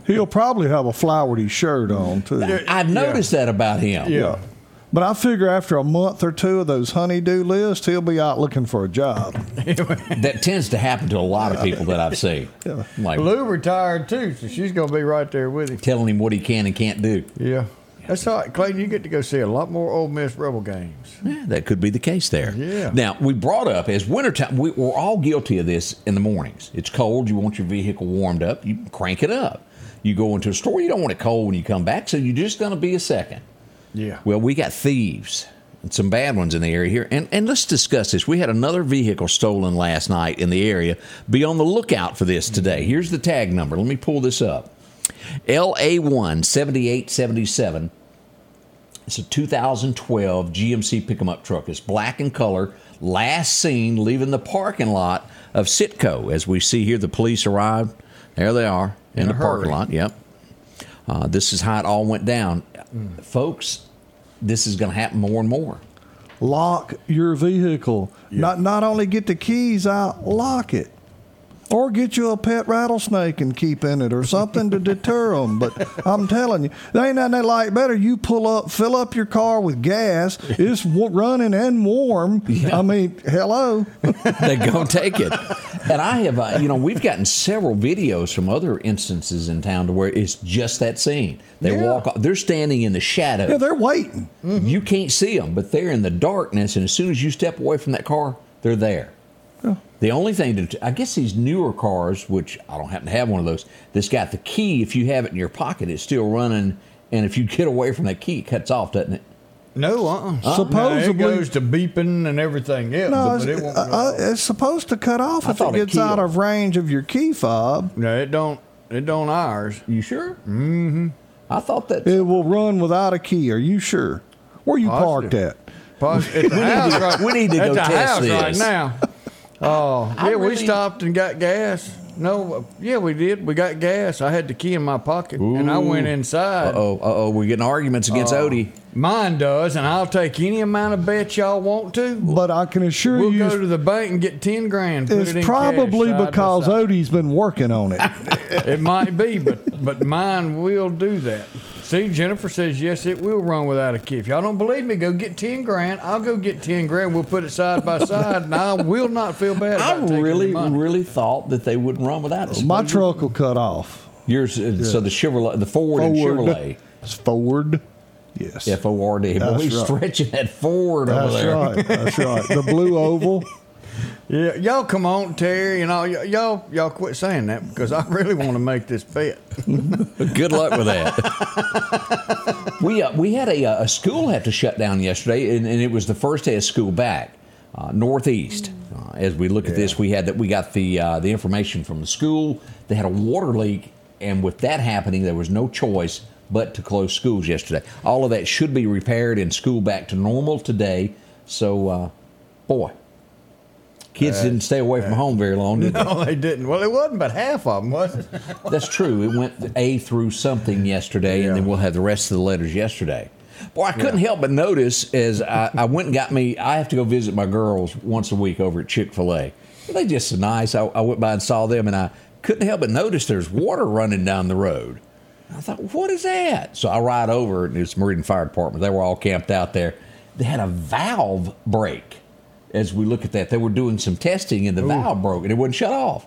Speaker 3: He'll probably have a flowery shirt on too.
Speaker 1: I noticed that about him.
Speaker 2: Yeah.
Speaker 3: But I figure after a month or two of those honeydew lists, he'll be out looking for a job.
Speaker 1: That tends to happen to a lot of people that I've seen. Like
Speaker 2: Lou retired too, so she's gonna be right there with him.
Speaker 1: telling him what he can and can't do.
Speaker 2: Yeah. That's all right, Clayton. You get to go see a lot more Ole Miss Rebel games.
Speaker 1: Yeah, that could be the case there.
Speaker 2: Yeah.
Speaker 1: Now, we brought up as wintertime, we, we're all guilty of this in the mornings. It's cold, you want your vehicle warmed up, you crank it up. You go into a store, you don't want it cold when you come back, so you're just going to be a second.
Speaker 2: Yeah.
Speaker 1: Well, we got thieves and some bad ones in the area here. And, and let's discuss this. We had another vehicle stolen last night in the area. Be on the lookout for this today. Here's the tag number. Let me pull this up LA1 7877. It's a 2012 GMC pickup truck. It's black in color. Last seen leaving the parking lot of Sitco. As we see here, the police arrived. There they are in,
Speaker 2: In
Speaker 1: the
Speaker 2: a
Speaker 1: parking
Speaker 2: hurry.
Speaker 1: lot. Yep. Uh, this is how it all went down. Folks, this is going to happen more and more.
Speaker 3: Lock your vehicle. Not not only get the keys out, lock it. Or get you a pet rattlesnake and keep in it, or something to deter them. But I'm telling you, there ain't nothing they like better. You pull up, fill up your car with gas. It's w- running and warm. I mean, hello.
Speaker 1: They're going to take it. And I have, uh, you know, we've gotten several videos from other instances in town to where it's just that scene. They
Speaker 2: Yeah.
Speaker 1: walk, they're standing in the shadow.
Speaker 3: Yeah, they're waiting.
Speaker 1: You can't see them, but they're in the darkness, and as soon as you step away from that car, they're there. The only thing to, I guess these newer cars, which I don't happen to have one of those, that's got the key. If you have it in your pocket, it's still running, and if you get away from that key, it cuts off, doesn't it?
Speaker 2: No, uh-uh.
Speaker 3: Supposedly-
Speaker 2: Now, it goes to beeping and everything else,
Speaker 3: No,
Speaker 2: but
Speaker 3: it's,
Speaker 2: it won't.
Speaker 3: uh,
Speaker 2: go
Speaker 3: uh,
Speaker 2: off.
Speaker 3: it's supposed to cut off if
Speaker 1: thought
Speaker 3: it
Speaker 1: it
Speaker 3: gets out
Speaker 1: killed.
Speaker 3: of range of your key fob.
Speaker 2: no, it don't. It don't ours.
Speaker 1: You sure? Mm-hmm. I thought that.
Speaker 3: It will run without a key. Are you sure? Where you parked
Speaker 2: Positive.
Speaker 3: at?
Speaker 2: Pos- at the house right,
Speaker 1: we need to
Speaker 2: at
Speaker 1: go
Speaker 2: the
Speaker 1: test
Speaker 2: house right
Speaker 1: this.
Speaker 2: now. Oh, yeah,
Speaker 1: I
Speaker 2: we
Speaker 1: really-
Speaker 2: stopped and got gas. No, uh, yeah, we did. We got gas. I had the key in my pocket, and I went inside.
Speaker 1: Oh, oh, we're getting arguments against Odie.
Speaker 2: Mine does, and I'll take any amount of bets y'all want to.
Speaker 3: But I can assure
Speaker 2: We'll
Speaker 3: you,
Speaker 2: go to the bank and get ten grand. put it in
Speaker 3: it's
Speaker 2: cash,
Speaker 3: probably
Speaker 2: side by
Speaker 3: because
Speaker 2: side.
Speaker 3: Odie's been working on it.
Speaker 2: it might be, but but mine will do that. See, Jennifer says yes, it will run without a key. If y'all don't believe me, go get ten grand. I'll go get ten grand. We'll put it side by side, and I will not feel bad.
Speaker 1: I
Speaker 2: About taking
Speaker 1: really,
Speaker 2: the money.
Speaker 1: really thought that they wouldn't run without us.
Speaker 3: My truck will cut off.
Speaker 1: Yours, uh, so the Chevrolet, the Ford, and Chevrolet,
Speaker 3: It's forward. Yes.
Speaker 1: F O R D. But
Speaker 3: That's
Speaker 1: we
Speaker 3: right.
Speaker 1: stretching that Ford over
Speaker 3: That's
Speaker 1: there.
Speaker 3: right. That's right. The blue oval.
Speaker 2: Yeah, y'all come on, Terry, and all y- y'all y'all quit saying that because I really want to make this bet.
Speaker 1: Good luck with that. we uh, we had a, uh, a school have to shut down yesterday, and, and it was the first day of school back. Uh, Northeast. Uh, as we look at this, we had that we got the uh, the information from the school. They had a water leak, and with that happening, there was no choice but to close schools yesterday. All of that should be repaired and school back to normal today. So, uh, boy, kids didn't stay away from home very long, did they?
Speaker 2: No, they didn't. Well, it wasn't, but half of them was. it?
Speaker 1: That's true. It went A through something yesterday, and then
Speaker 2: Yeah.
Speaker 1: we'll have the rest of the letters yesterday. Boy, I couldn't help but notice as I, I went and got me, I have to go visit my girls once a week over at Chick fil A. They just so nice. I, I went by and saw them, and I couldn't help but notice there's water running down the road. I thought, what is that? So I ride over, and it's Meridian Fire Department. They were all camped out there. They had a valve break as we look at that. They were doing some testing, and the valve broke, and it wouldn't shut off.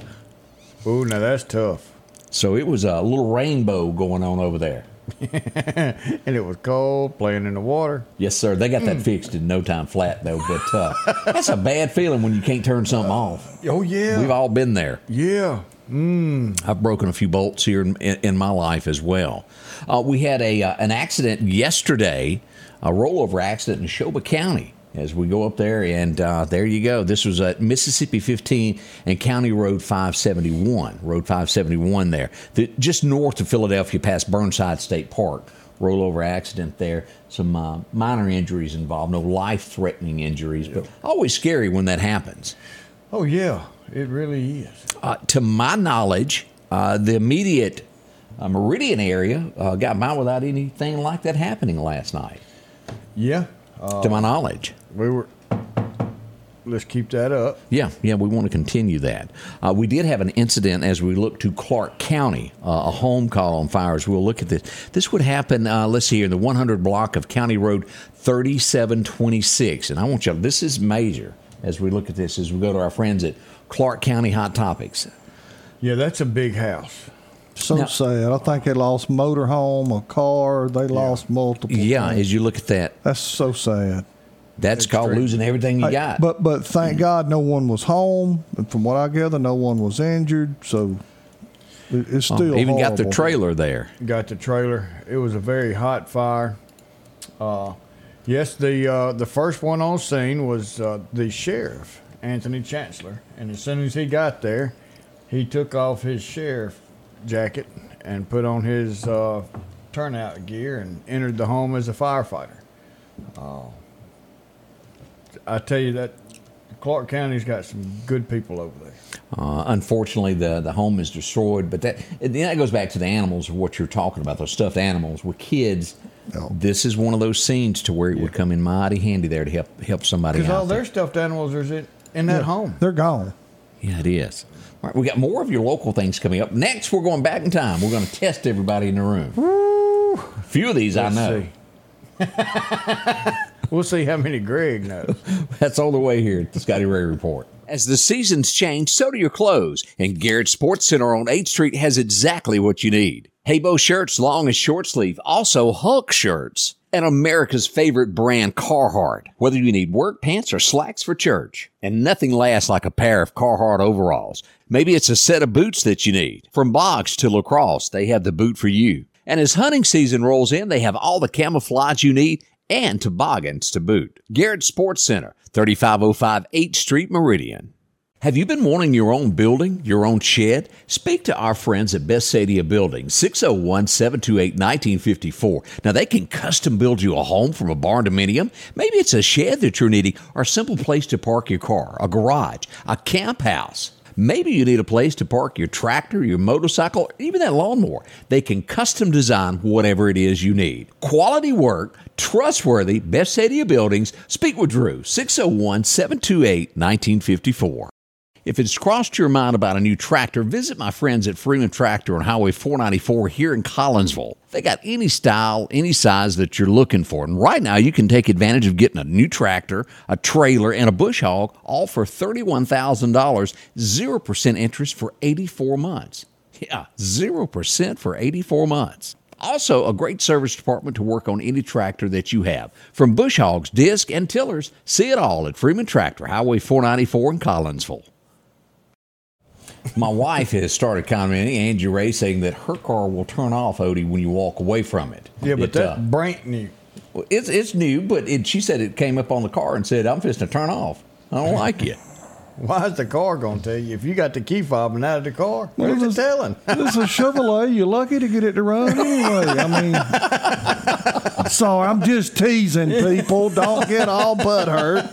Speaker 2: Ooh, now that's tough.
Speaker 1: So it was a little rainbow going on over there.
Speaker 2: And it was cold, playing in the water.
Speaker 1: Yes, sir. They got that fixed in no time flat, though. But uh, that's a bad feeling when you can't turn something off.
Speaker 2: Oh yeah,
Speaker 1: We've all been there.
Speaker 2: yeah.
Speaker 1: I've broken a few bolts here in, in, in my life as well. Uh, we had a uh, an accident yesterday, a rollover accident in Shoba County. As we go up there, and uh, there you go. This was at Mississippi 15 and County Road 571. Road 571 there, the, just north of Philadelphia, past Burnside State Park. Rollover accident there. Some uh, minor injuries involved, no life-threatening injuries, but always scary when that happens.
Speaker 2: Oh yeah, it really is.
Speaker 1: Uh, to my knowledge, uh, the immediate uh, Meridian area uh, got by without anything like that happening last night,
Speaker 2: Yeah, uh,
Speaker 1: to my knowledge.
Speaker 2: we were. Let's keep that up.
Speaker 1: Yeah, yeah, we want to continue that. Uh, we did have an incident as we look to Clark County, uh, a home call on fires. We'll look at this. This would happen, uh, let's see here, in the 100 block of County Road 3726. And I want y'all, this is major as we look at this, as we go to our friends at Clark County Hot Topics.
Speaker 2: Yeah, that's a big house.
Speaker 3: So
Speaker 1: Now-
Speaker 3: sad. I think they lost motorhome, a car. They lost multiple.
Speaker 1: Yeah,
Speaker 3: things.
Speaker 1: as you look at that,
Speaker 3: that's so sad.
Speaker 1: that's called
Speaker 2: true.
Speaker 1: losing everything you
Speaker 3: Hey,
Speaker 1: got.
Speaker 3: But but thank God no one was home. And from what I gather, no one was injured. So it- it's
Speaker 1: Oh,
Speaker 3: still
Speaker 1: even got the
Speaker 3: horrible.
Speaker 1: trailer there.
Speaker 2: Got the trailer. It was a very hot fire. Uh, yes, the uh, the first one on scene was uh, the sheriff, Anthony Chancellor, and as soon as he got there, he took off his sheriff jacket and put on his uh, turnout gear and entered the home as a firefighter. Uh, I tell you that Clark County's got some good people over there.
Speaker 1: Uh, unfortunately, the, the home is destroyed. But that and that goes back to the animals of what you're talking about. Those stuffed animals with kids.
Speaker 3: No.
Speaker 1: This is one of those scenes to where it would come in mighty handy there to help help somebody out.
Speaker 2: Because all
Speaker 1: there.
Speaker 2: their stuffed animals are in, in that home.
Speaker 3: They're gone.
Speaker 1: Yeah, it is. All right, we got more of your local things coming up. Next, we're going back in time. We're going to test everybody in the room. A few of these I know.
Speaker 2: we'll see how many Greg knows.
Speaker 1: That's all the way here at the Scotty Ray Report. As the seasons change, so do your clothes, and Garrett Sports Center on 8th Street has exactly what you need. Haybo shirts, long and short sleeve, also Hulk shirts, and America's favorite brand, Carhartt. Whether you need work pants or slacks for church, and nothing lasts like a pair of Carhartt overalls. Maybe it's a set of boots that you need. From box to lacrosse, they have the boot for you. And as hunting season rolls in, they have all the camouflage you need and toboggans to boot. Garrett Sports Center, 3505 8th Street, Meridian. Have you been wanting your own building, your own shed? Speak to our friends at Bessadia Building, 601 728 1954. Now, they can custom build you a home from a barn dominium. Maybe it's a shed that you're needing, or a simple place to park your car, a garage, a camp house. Maybe you need a place to park your tractor, your motorcycle, even that lawnmower. They can custom design whatever it is you need. Quality work, trustworthy, best Sadia buildings. Speak with Drew, 601 728 1954. If it's crossed your mind about a new tractor, visit my friends at Freeman Tractor on Highway 494 here in Collinsville. They got any style, any size that you're looking for. And right now, you can take advantage of getting a new tractor, a trailer, and a bush hog, all for $31,000, 0% interest for 84 months. Yeah, 0% for 84 months. Also, a great service department to work on any tractor that you have. From bush hogs, disc, and tillers, see it all at Freeman Tractor, Highway 494 in Collinsville. My wife has started commenting, Angie Ray, saying that her car will turn off, Odie, when you walk away from it.
Speaker 2: Yeah, but
Speaker 1: It,
Speaker 2: that
Speaker 1: uh,
Speaker 2: brand new.
Speaker 1: well, it's it's new, but it, she said it came up on the car and said, "I'm just to turn off. I don't like it."
Speaker 2: Why is the car going to tell you if you got the key fob and out of the car? What
Speaker 3: Well,
Speaker 2: is it
Speaker 3: this-
Speaker 2: telling?
Speaker 3: This is a Chevrolet. You're lucky to get it to run anyway. I mean, sorry, I'm just teasing people. Don't get all butt hurt.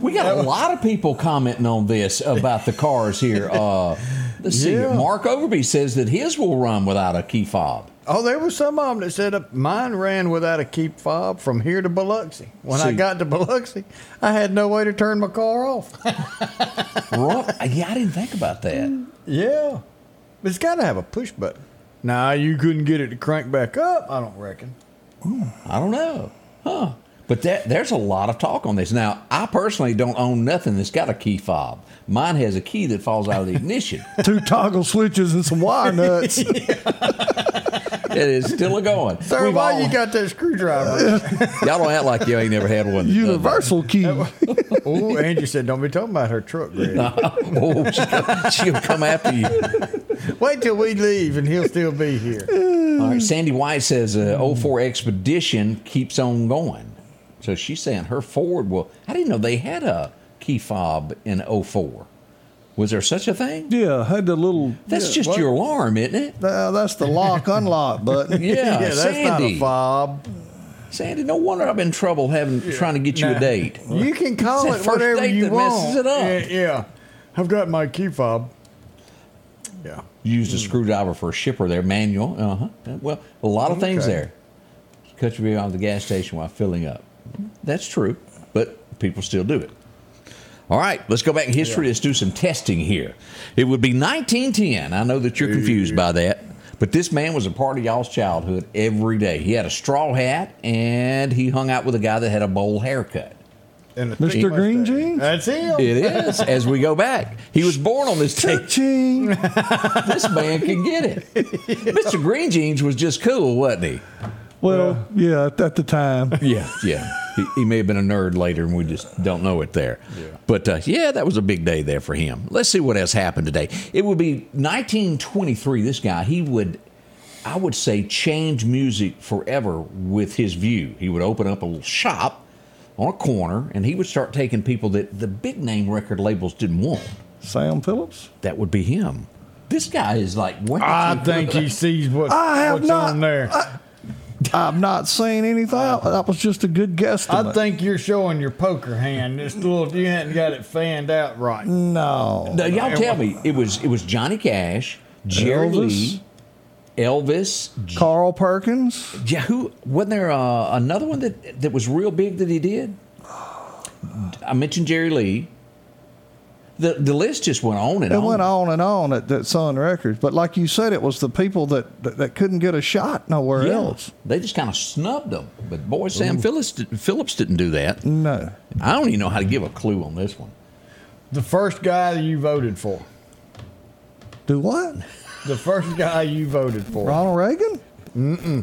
Speaker 1: We got a lot of people commenting on this about the cars here. Uh, let's see.
Speaker 2: Yeah.
Speaker 1: Mark Overby says that his will run without a key fob.
Speaker 2: Oh, there was some of them that said uh, mine ran without a key fob from here to Biloxi. When I
Speaker 1: See.
Speaker 2: got to Biloxi, I had no way to turn my car off.
Speaker 1: Ro- yeah, I didn't think about that.
Speaker 2: yeah, but it's got to have a push button. Nah, you couldn't get it to crank back up. I don't reckon.
Speaker 1: I don't know, huh? But that, there's a lot of talk on this. Now, I personally don't own nothing that's got a key fob. Mine has a key that falls out of the ignition.
Speaker 3: Two toggle switches and some wire nuts.
Speaker 1: it is still a going.
Speaker 2: Sir,
Speaker 1: We've
Speaker 2: why
Speaker 1: all-
Speaker 2: you got that screwdriver?
Speaker 1: Y'all don't act like you ain't never had one. that's done that.
Speaker 3: Universal key.
Speaker 2: oh, Angie said, don't be talking about her truck, Greg.
Speaker 1: oh, she'll, she'll come after you.
Speaker 2: Wait till we leave and he'll still be here.
Speaker 1: All right, Sandy White says uh, 04 Expedition keeps on going. So she's saying her Ford will. I didn't know they had a key fob in 04. Was there such a thing?
Speaker 3: Yeah, had the little.
Speaker 1: That's just your alarm, isn't it?
Speaker 3: Uh, that's the lock unlock button.
Speaker 1: Yeah,
Speaker 2: that's not
Speaker 1: Sandy.
Speaker 2: a fob.
Speaker 1: Sandy, no wonder I'm in trouble having trying to get you
Speaker 2: Nah.
Speaker 1: a date.
Speaker 2: You can call
Speaker 1: It's
Speaker 2: it
Speaker 1: that first
Speaker 2: whatever
Speaker 1: date
Speaker 2: you
Speaker 1: that
Speaker 2: want.
Speaker 1: messes it up.
Speaker 2: Yeah, yeah. I've got my key fob. Yeah.
Speaker 1: Used a screwdriver for a shipper there, manual. Uh huh. Well, a lot of things
Speaker 2: Okay.
Speaker 1: there. Cut your beer on the gas station while filling up. That's true, but people still do it. All right, let's go back in history. Let's do some testing here. It would be 1910. I know that you're confused by that, but this man was a part of y'all's childhood every day. He had a straw hat and he hung out with a guy that had a bowl haircut.
Speaker 2: And a
Speaker 3: Mr.
Speaker 2: thick
Speaker 3: Green
Speaker 2: mustache.
Speaker 3: Jeans?
Speaker 2: That's him.
Speaker 1: It is as we go back. He was born on this day.
Speaker 3: Cha-ching.
Speaker 1: This man can get it. Mr. Green Jeans was just cool, wasn't he?
Speaker 3: Well, yeah, at, at the time.
Speaker 1: Yeah, yeah. He, he may have been a nerd later, and we just don't know it there. But uh, yeah, that was a big day there for him. Let's see what else happened today. It would be 1923. This guy, he would, I would say, change music forever with his view. He would open up a little shop on a corner, and he would start taking people that the big name record labels didn't want.
Speaker 3: Sam Phillips.
Speaker 1: That would be him. This guy is like, what
Speaker 2: I think he sees what,
Speaker 3: I have
Speaker 2: what's
Speaker 3: not-
Speaker 2: on there. I,
Speaker 3: I've not seen anything. That was just a good guess.
Speaker 2: think you're showing your poker hand. It's little, you hadn't got it fanned out right.
Speaker 3: no.
Speaker 1: Now, y'all tell me, it was it was Johnny Cash, Jerry
Speaker 3: Elvis?
Speaker 1: Lee, Elvis. J-
Speaker 3: Carl Perkins.
Speaker 1: Yeah, who wasn't there uh, another one that that was real big that he did? I mentioned Jerry Lee. The the list just went on and
Speaker 3: It
Speaker 1: on.
Speaker 3: went on and on at, at Sun Records, but like you said, it was the people that that, that couldn't get a shot nowhere
Speaker 1: Yeah.
Speaker 3: else.
Speaker 1: They just kind of snubbed them. But boy, Sam Phillips, did- Phillips didn't do that.
Speaker 3: No,
Speaker 1: I don't even know how to give a clue on this one.
Speaker 2: The first guy you voted for.
Speaker 3: do what?
Speaker 2: The first guy you voted for.
Speaker 3: Ronald Reagan?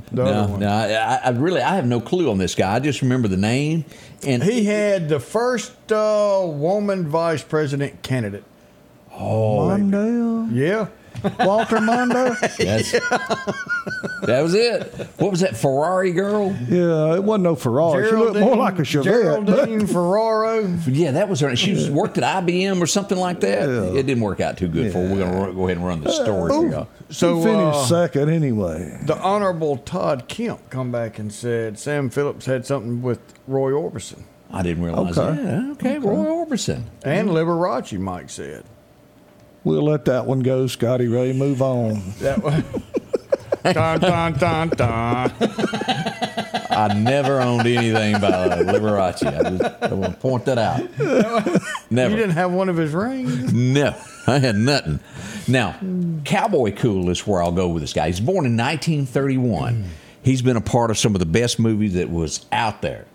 Speaker 2: The other
Speaker 1: No,
Speaker 2: one.
Speaker 1: no, I, I- I really I have no clue on this guy. I just remember the name and
Speaker 2: He had the first uh, woman vice president candidate.
Speaker 3: Mondale?
Speaker 2: Yeah.
Speaker 3: Walter Mondale?
Speaker 1: That's, That was it. What was that Ferrari girl?
Speaker 3: Yeah, it wasn't no Ferrari. Oh, She looked more
Speaker 2: Geraldine-
Speaker 3: like a Chevette. but-
Speaker 2: Geraldine Ferraro.
Speaker 1: Yeah, that was her. She was, worked at IBM or something like that.
Speaker 3: Yeah.
Speaker 1: It didn't work out too good for her. We're going to go ahead and run the story. for y'all.
Speaker 2: So
Speaker 3: he finished
Speaker 2: uh,
Speaker 3: second anyway.
Speaker 2: the Honorable Todd Kemp come back and said Sam Phillips had something with Roy Orbison.
Speaker 1: I didn't realize
Speaker 3: Okay.
Speaker 1: that. Okay, Roy Orbison.
Speaker 2: And
Speaker 3: Mm-hmm.
Speaker 2: Liberace, Mike said.
Speaker 3: We'll let that one go, Scotty Ray. Move on.
Speaker 2: That was. dun, dun, dun, dun.
Speaker 1: I never owned anything by Liberace. I just I want to point that out.
Speaker 2: You
Speaker 1: Never.
Speaker 2: didn't have one of his rings?
Speaker 1: No, I had nothing. Now, Cowboy Cool is where I'll go with this guy. He's born in 1931. He's been a part of some of the best movies that was out there.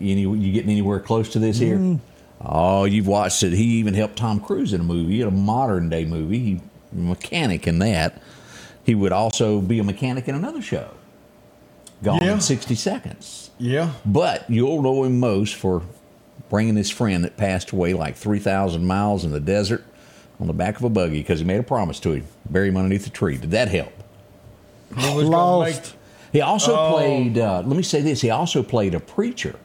Speaker 1: Any, you getting anywhere close to this here? Oh, you've watched it. He even helped Tom Cruise in a movie, in a modern day movie. He mechanic in that. He would also be a mechanic in another show. Gone
Speaker 2: Yeah.
Speaker 1: in 60 seconds.
Speaker 2: Yeah.
Speaker 1: But you'll know him most for bringing his friend that passed away like 3,000 miles in the desert on the back of a buggy because he made a promise to him, bury him underneath a tree. Did that help?
Speaker 2: He was gonna
Speaker 3: Lost.
Speaker 1: He also
Speaker 2: Oh.
Speaker 1: played, uh, let me say this, he also played a preacher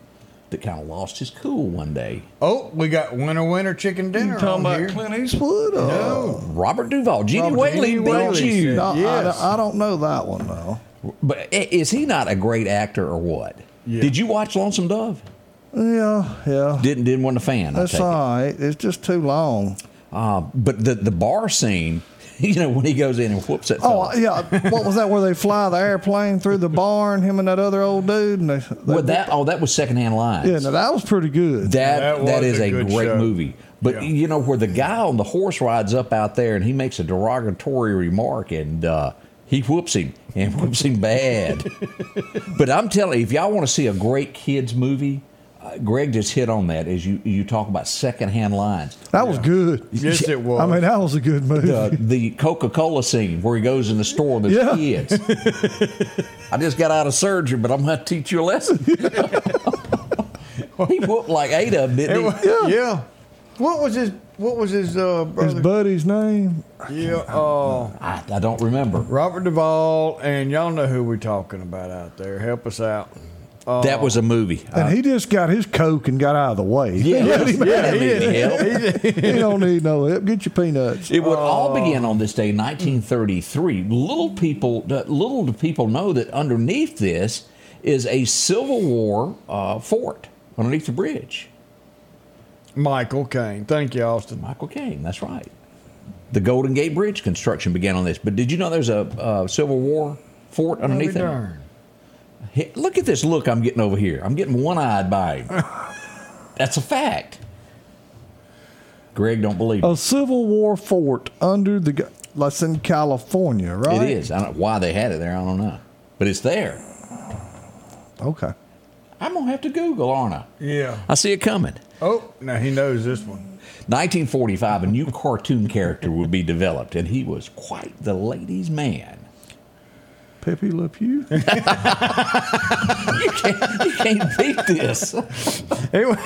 Speaker 1: that kind of lost his cool one day.
Speaker 2: oh, we got winner, winner, chicken dinner. on here.
Speaker 3: Eastwood? or-
Speaker 2: No.
Speaker 1: Robert Duvall, Gene
Speaker 2: Robert
Speaker 1: Whaley,
Speaker 2: Gene
Speaker 1: beat
Speaker 2: Whaley
Speaker 1: you.
Speaker 2: said-
Speaker 3: No, I-
Speaker 2: Yes.
Speaker 3: I, don't know that one though.
Speaker 1: But i- is he not a great actor or what?
Speaker 2: Yeah.
Speaker 1: Did you watch Lonesome Dove?
Speaker 3: Yeah, yeah.
Speaker 1: Didn't didn't want a fan. I
Speaker 3: That's uh,
Speaker 1: take it.
Speaker 3: all right. It's just too long.
Speaker 1: Uh, but the the bar scene, you know, when he goes in and whoops that.
Speaker 3: Oh
Speaker 1: fella.
Speaker 3: yeah, what was that? Where they fly the airplane through the barn? Him and that other old dude. And they, they
Speaker 1: Well, that oh, that was secondhand lines.
Speaker 3: yeah, now that was pretty good.
Speaker 1: that
Speaker 2: That
Speaker 1: that
Speaker 2: was
Speaker 1: is
Speaker 2: a
Speaker 1: a,
Speaker 2: good
Speaker 1: great
Speaker 2: show.
Speaker 1: movie. But
Speaker 2: Yeah.
Speaker 1: you know where the guy on the horse rides up out there and he makes a derogatory remark and uh, he whoops him and whoops him bad. but I'm telling you, if y'all want to see a great kids movie, uh, Greg just hit on that as you you talk about secondhand lines.
Speaker 3: that was good.
Speaker 2: Yes, it was.
Speaker 3: I mean, that was a good movie.
Speaker 1: the, uh, the Coca Cola scene where he goes in the store and there's
Speaker 3: Yeah.
Speaker 1: kids. I just got out of surgery, but I'm going to teach you a lesson. he whooped like eight of them,
Speaker 2: It
Speaker 1: didn't
Speaker 2: wa-
Speaker 1: he?
Speaker 2: yeah. What was his? What was his uh, brother?
Speaker 3: His buddy's name.
Speaker 2: yeah. Uh,
Speaker 1: I, I don't remember.
Speaker 2: Robert Duvall, and y'all know who we're talking about out there. Help us out.
Speaker 1: that was a movie.
Speaker 3: And he just got his coke and got out of the way.
Speaker 1: yeah, yeah,
Speaker 2: he
Speaker 1: didn't
Speaker 2: did.
Speaker 1: help.
Speaker 3: you don't need no help. Get your peanuts.
Speaker 1: It would all begin on this day, 1933. Little people, uh, little do people know that underneath this is a Civil War uh, fort underneath the bridge.
Speaker 2: Michael Caine. Thank you, Austin.
Speaker 1: Michael Caine. That's right. The Golden Gate Bridge construction began on this. But did you know there's a uh, Civil War fort
Speaker 2: Be
Speaker 1: underneath there?
Speaker 2: darned.
Speaker 1: Hey, look at this look I'm getting over here. I'm getting one eyed by him. That's a fact. Greg, don't believe me.
Speaker 3: A Civil War fort under the. gu- That's in California, Oh, right?
Speaker 1: It is. I don't know why they had it there. I don't know. But it's there.
Speaker 3: Okay.
Speaker 1: I'm going to have to Google, aren't I?
Speaker 2: Yeah.
Speaker 1: I see it coming.
Speaker 2: Oh, now he knows this one.
Speaker 1: 1945, a new cartoon character would be developed, and he was quite the ladies' man.
Speaker 3: Pepe Le Pew.
Speaker 1: You can't, you can't beat this.
Speaker 2: He wa-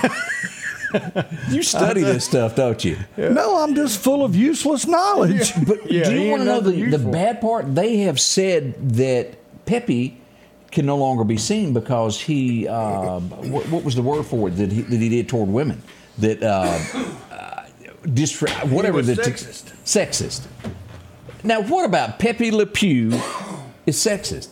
Speaker 1: You study this stuff, don't you?
Speaker 3: No, I'm just full of useless knowledge.
Speaker 1: But
Speaker 2: Yeah,
Speaker 1: do
Speaker 2: he
Speaker 1: you want to
Speaker 2: ain't
Speaker 1: know
Speaker 2: nothing
Speaker 1: the, the
Speaker 2: useful.
Speaker 1: bad part? They have said that Pepe can no longer be seen because he, uh, what, what was the word for it that he, that he did toward women? That, uh, uh, distra- whatever
Speaker 2: was
Speaker 1: the. t-
Speaker 2: sexist.
Speaker 1: sexist. Now, what about Pepe Le Pew is sexist?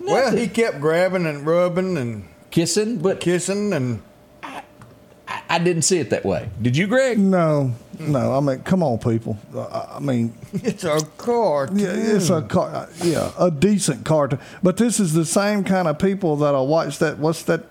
Speaker 2: well,
Speaker 1: Nothing.
Speaker 2: he kept grabbing and rubbing and
Speaker 1: Kissing, but
Speaker 2: kissing and
Speaker 1: I, I didn't see it that way. Did you, Greg?
Speaker 3: No, no. I mean, come on, people. I, I mean,
Speaker 2: it's a car.
Speaker 3: yeah, it's a car, uh, yeah, a decent cartoon. But this is the same kind of people that'll watch that. What's that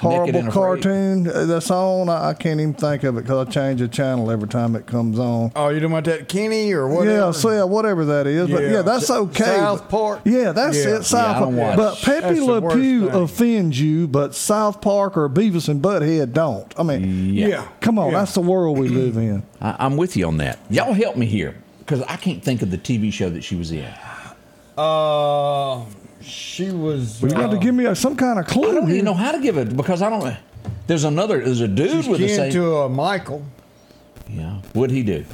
Speaker 3: horrible
Speaker 1: and Afraid.
Speaker 3: cartoon uh, that's on? I, I can't even think of it because I change the channel every time it comes on.
Speaker 2: Oh, you don't want that Kenny or whatever?
Speaker 3: Yeah, so yeah, whatever that is, but
Speaker 2: Yeah.
Speaker 3: yeah, that's
Speaker 2: S-
Speaker 3: okay.
Speaker 2: South
Speaker 3: but-
Speaker 2: Park?
Speaker 3: Yeah, that's
Speaker 2: Yeah.
Speaker 3: it. South
Speaker 1: Yeah, I don't
Speaker 3: Park.
Speaker 1: watch-
Speaker 3: But Pepe
Speaker 2: That's the
Speaker 3: Le
Speaker 2: worst
Speaker 3: Pew
Speaker 2: thing.
Speaker 3: offends you, but South Park or Beavis and Butthead don't. I mean,
Speaker 2: Yeah.
Speaker 3: come on,
Speaker 2: Mm. Yeah.
Speaker 3: that's the world we live in.
Speaker 1: I, I'm with you on that. Y'all help me here because I can't think of the TV show that she was in.
Speaker 2: Uh, she was.
Speaker 3: You got to
Speaker 2: uh,
Speaker 3: give me a, some kind of clue.
Speaker 1: Oh. I don't
Speaker 3: here.
Speaker 1: even know how to give it because I don't. There's another. There's a dude with the
Speaker 2: kin
Speaker 1: same.
Speaker 2: to uh, Michael.
Speaker 1: yeah. What'd he do?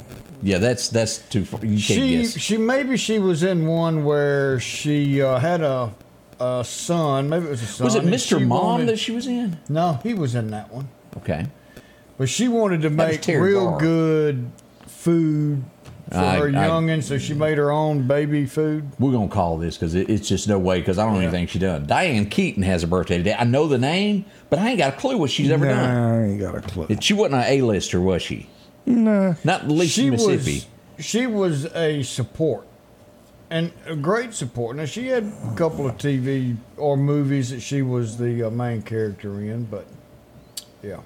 Speaker 1: Yeah, that's that's too. far. You can't
Speaker 2: She
Speaker 1: guess.
Speaker 2: she maybe she was in one where she uh, had a a son. Maybe it was a son.
Speaker 1: was it
Speaker 2: and
Speaker 1: Mr.
Speaker 2: she
Speaker 1: Mom
Speaker 2: wanted-
Speaker 1: that she was in?
Speaker 2: no, he was in that one.
Speaker 1: Okay.
Speaker 2: But she wanted to
Speaker 1: That was
Speaker 2: make
Speaker 1: Terry
Speaker 2: real
Speaker 1: Garr.
Speaker 2: good food for
Speaker 1: I-
Speaker 2: her
Speaker 1: I-
Speaker 2: youngin, so she made her own baby food.
Speaker 1: We're gonna call this because it, it's just no way. Because I don't even think she done. Diane Keaton has a birthday today. I know the name, but I ain't got a clue what she's ever done.
Speaker 3: Nah, I ain't got a clue.
Speaker 1: She wasn't an A-lister, was she? No. Not the least
Speaker 2: She
Speaker 1: in Mississippi.
Speaker 2: was she was a support and a great support. Now she had a couple of TV or movies that she was the uh, main character in, but yeah.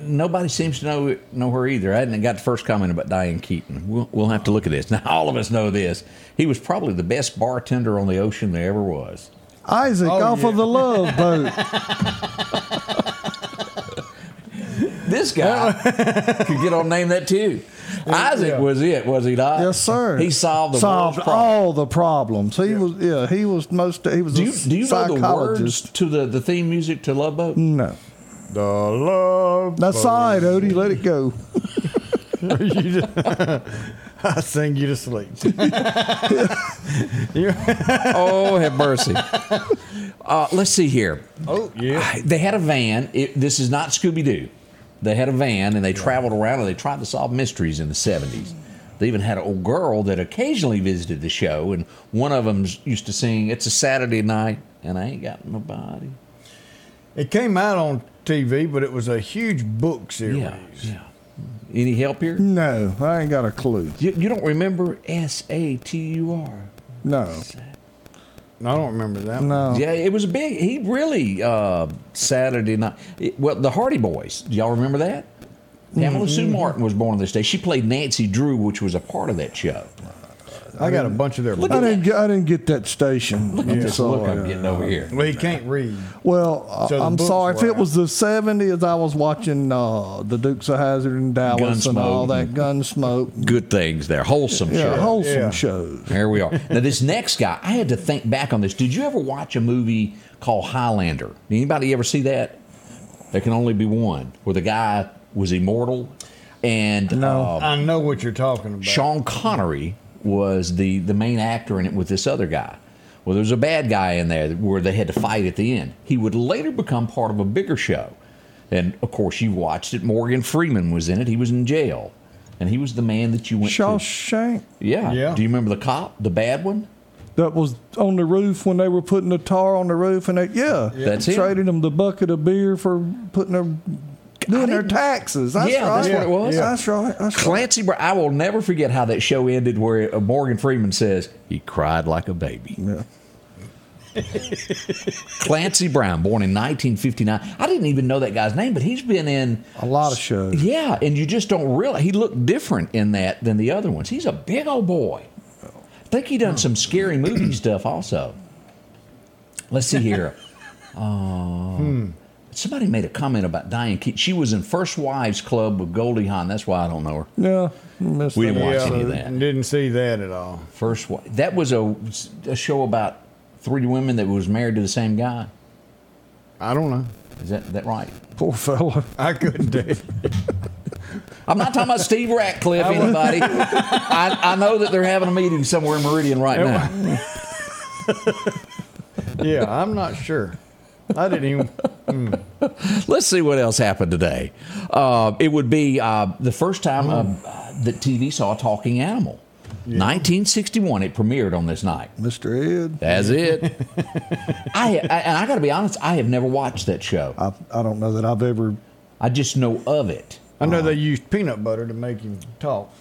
Speaker 1: Nobody seems to know know her either. I hadn't got the first comment about Diane Keaton. We'll, we'll have to look at this. Now, all of us know this. He was probably the best bartender on the ocean there ever was.
Speaker 3: Isaac
Speaker 2: Oh,
Speaker 3: off
Speaker 2: yeah.
Speaker 3: of the love boat.
Speaker 1: This guy could get on name that too. Isaac
Speaker 2: yeah.
Speaker 1: was it, was he not?
Speaker 3: yes, sir.
Speaker 1: He solved the
Speaker 3: solved
Speaker 1: world's problem.
Speaker 3: all the problems. He was yeah. He was most. He was
Speaker 1: Do
Speaker 3: a
Speaker 1: you, do you know the words
Speaker 3: psychologist.
Speaker 1: to the, the theme music to Love Boat?
Speaker 3: No,
Speaker 2: The love.
Speaker 3: that's all right, Odie. Let it go.
Speaker 2: You just- I sing you to sleep.
Speaker 1: oh, have mercy. Uh, let's see here.
Speaker 2: Oh yeah.
Speaker 1: I- They had a van. It, this is not Scooby Doo. They had a van and they traveled around and they tried to solve mysteries in the 70s. They even had an old girl that occasionally visited the show, and one of them used to sing, It's a Saturday night and I ain't got nobody.
Speaker 2: It came out on TV, but it was a huge book series.
Speaker 1: Yeah. yeah. Any help here?
Speaker 3: No, I ain't got a clue.
Speaker 1: You, you don't remember S A T U R.
Speaker 3: No,
Speaker 2: I don't remember that. one.
Speaker 3: no.
Speaker 1: Yeah, it was a big. He really uh, Saturday night. it- well, the Hardy Boys. Do y'all remember that?
Speaker 3: Mm-hmm.
Speaker 1: Pamela Sue Martin was born on this day. She played Nancy Drew, which was a part of that show.
Speaker 2: I got a bunch of their.
Speaker 1: Look
Speaker 3: I
Speaker 1: at
Speaker 3: didn't. Get, I didn't get that station.
Speaker 1: Look
Speaker 3: I'm
Speaker 1: at this look
Speaker 3: sorry.
Speaker 1: I'm getting over here.
Speaker 2: Well, he can't read.
Speaker 3: Well, I-
Speaker 2: So the
Speaker 3: I'm
Speaker 2: books
Speaker 3: sorry. If
Speaker 2: were
Speaker 3: it
Speaker 2: out.
Speaker 3: was the 70s, I was watching uh, the Dukes of Hazard and Dallas and
Speaker 1: Gunsmoke
Speaker 3: all that
Speaker 1: and-
Speaker 3: gunsmoke.
Speaker 1: Good things there. Wholesome
Speaker 3: Yeah,
Speaker 1: show.
Speaker 3: wholesome
Speaker 2: Yeah.
Speaker 3: shows.
Speaker 1: there we are. Now this next guy, I had to think back on this. Did you ever watch a movie called Highlander? Did anybody ever see that? There can only be one where the guy was immortal, and
Speaker 3: No.
Speaker 1: um,
Speaker 2: I know what you're talking about.
Speaker 1: Sean Connery was the the main actor in it with this other guy. Well, there was a bad guy in there where they had to fight at the end. He would later become part of a bigger show, and of course, you watched it. Morgan Freeman was in it. He was in jail, and he was the man that you went to.
Speaker 3: Shawshank.
Speaker 1: Yeah.
Speaker 2: Yeah.
Speaker 1: Do you remember the cop, the bad one?
Speaker 3: That was on the roof when they were putting the tar on the roof, and they yeah,
Speaker 1: That's it.
Speaker 3: trading them the bucket of beer for putting their doing their taxes. That's
Speaker 1: Yeah,
Speaker 3: right.
Speaker 1: that's what it was.
Speaker 2: Yeah.
Speaker 3: That's right. That's right.
Speaker 1: Clancy, Brown- I will never forget how that show ended, where uh, Morgan Freeman says he cried like a baby.
Speaker 3: Yeah.
Speaker 1: Clancy Brown, born in 1959. I didn't even know that guy's name, but he's been in
Speaker 3: A lot of shows.
Speaker 1: Yeah, and you just don't realize he looked different in that than the other ones. He's a big old boy. I think he done some scary movie stuff also. Let's see here. Um, Somebody made a comment about Diane Keaton. She was in First Wives Club with Goldie Hawn. That's why I don't know her.
Speaker 3: Yeah, missed
Speaker 1: We
Speaker 3: that.
Speaker 1: didn't watch
Speaker 2: Yeah,
Speaker 1: any of that.
Speaker 2: Didn't see that at all.
Speaker 1: First Wives. That was a, a show about three women that was married to the same guy.
Speaker 2: I don't know.
Speaker 1: Is that that right?
Speaker 3: Poor fella.
Speaker 2: I couldn't do it.
Speaker 1: I'm not talking about Steve Ratcliffe, anybody. I, I know that they're having a meeting somewhere in Meridian right now.
Speaker 2: Yeah, I'm not sure. I didn't even.
Speaker 1: Let's see what else happened today. Uh, it would be uh, the first time uh, uh, that TV saw a talking animal. 1961, it premiered on this night.
Speaker 3: Mr. Ed.
Speaker 1: That's it. I, I and I got to be honest, I have never watched that show.
Speaker 3: I, I don't know that I've ever.
Speaker 1: I just know of it.
Speaker 2: I know they used peanut butter to make him talk.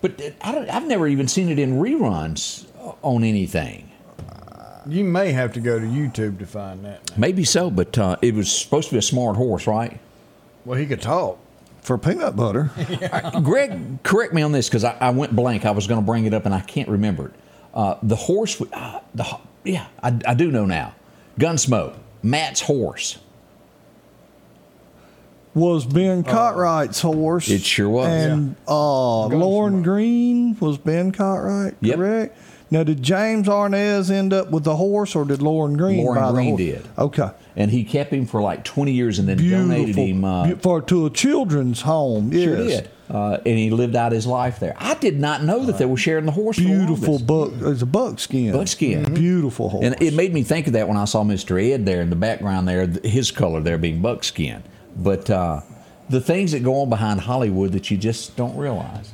Speaker 1: But it- I don't, I've never even seen it in reruns on anything.
Speaker 2: You may have to go to YouTube to find that. now.
Speaker 1: Maybe so, but uh, it was supposed to be a smart horse, right?
Speaker 2: Well, he could talk.
Speaker 3: For peanut butter,
Speaker 1: Greg, correct me on this because I, I went blank. I was going to bring it up and I can't remember it. Uh, the horse, w- uh, the ho- yeah, I, I do know now. Gunsmoke, Matt's horse.
Speaker 3: was Ben Cartwright's horse.
Speaker 1: Uh, It sure was.
Speaker 3: And uh, Lauren Green was Ben Cartwright,
Speaker 1: Yep.
Speaker 3: correct? Now, did James Arnez end up with the horse, or did Lauren Green
Speaker 1: Lauren
Speaker 3: buy the
Speaker 1: Green
Speaker 3: horse?
Speaker 1: did.
Speaker 3: Okay.
Speaker 1: And he kept him for like 20 years and then donated
Speaker 3: Beautiful.
Speaker 1: him. Uh,
Speaker 3: Be- for to a children's home. Yes.
Speaker 1: Sure did. Uh, and he lived out his life there. I did not know that they were sharing the horse. for the
Speaker 3: Beautiful
Speaker 1: longest.
Speaker 3: buck. It's a buckskin.
Speaker 1: Buckskin. Mhm.
Speaker 3: Beautiful horse.
Speaker 1: And it made me think of that when I saw Mr. Ed there in the background there, th- his color there being buckskin. But uh, the things that go on behind Hollywood that you just don't realize.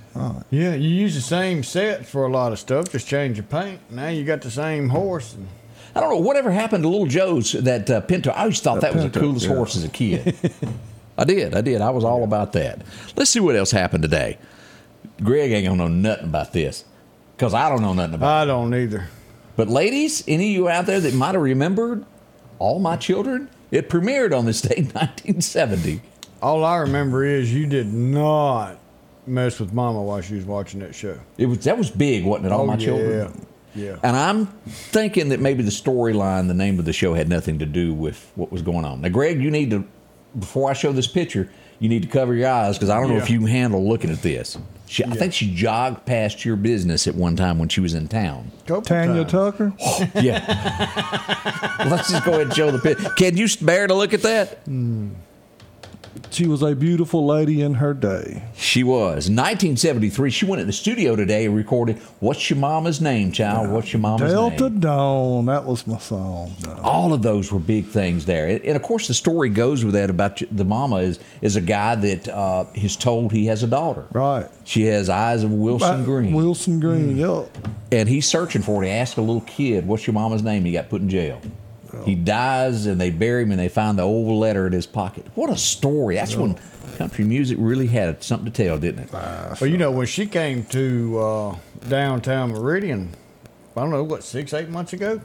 Speaker 2: Yeah, you use the same set for a lot of stuff. Just change the paint. Now you got the same horse. And
Speaker 1: I don't know whatever happened to Little Joe's that uh, Pinto. I always thought that, was the
Speaker 3: Pinto,
Speaker 1: coolest
Speaker 3: yeah.
Speaker 1: horse as a kid. I did, I did. I was all about that. Let's see what else happened today. Greg ain't gonna know nothing about this because I don't know nothing about.
Speaker 2: I don't either.
Speaker 1: it. But ladies, any of you out there that might have remembered all my children, it premiered on this day, 1970.
Speaker 2: All I remember is you did not mess with Mama while she was watching that show.
Speaker 1: It was that was big, wasn't it? All Oh, my
Speaker 2: Oh, yeah,
Speaker 1: children.
Speaker 2: yeah.
Speaker 1: And I'm thinking that maybe the storyline, the name of the show, had nothing to do with what was going on. Now, Greg, you need to, before I show this picture, you need to cover your eyes because I don't know if
Speaker 2: Yeah.
Speaker 1: you can handle looking at this. She, I think she jogged past your business at one time when she was in town.
Speaker 2: Couple
Speaker 3: Tanya
Speaker 2: times.
Speaker 3: Tucker.
Speaker 1: Yeah. Let's just go ahead and show the picture. Can you bear to look at that?
Speaker 3: She was a beautiful lady in her day.
Speaker 1: She was. 1973, she went in the studio today and recorded What's Your Mama's Name, Child? What's Your Mama's Name?
Speaker 3: Delta Dawn. That was my song.
Speaker 1: all of those were big things there. And and of course, the story goes with that about the mama is is a guy that uh, is told he has a daughter.
Speaker 3: Right.
Speaker 1: She has eyes of Wilson
Speaker 3: Right,
Speaker 1: Green,
Speaker 3: Wilson Green. Yep.
Speaker 1: and he's searching for it. He asked a little kid, "What's your mama's name?" He got put in jail.
Speaker 2: Oh.
Speaker 1: He dies, and they bury him, and they find the old letter in his pocket. What a story! That's when country music really had something to tell, didn't it?
Speaker 2: Well, you know, when she came to uh, downtown Meridian, I don't know what six, eight months ago.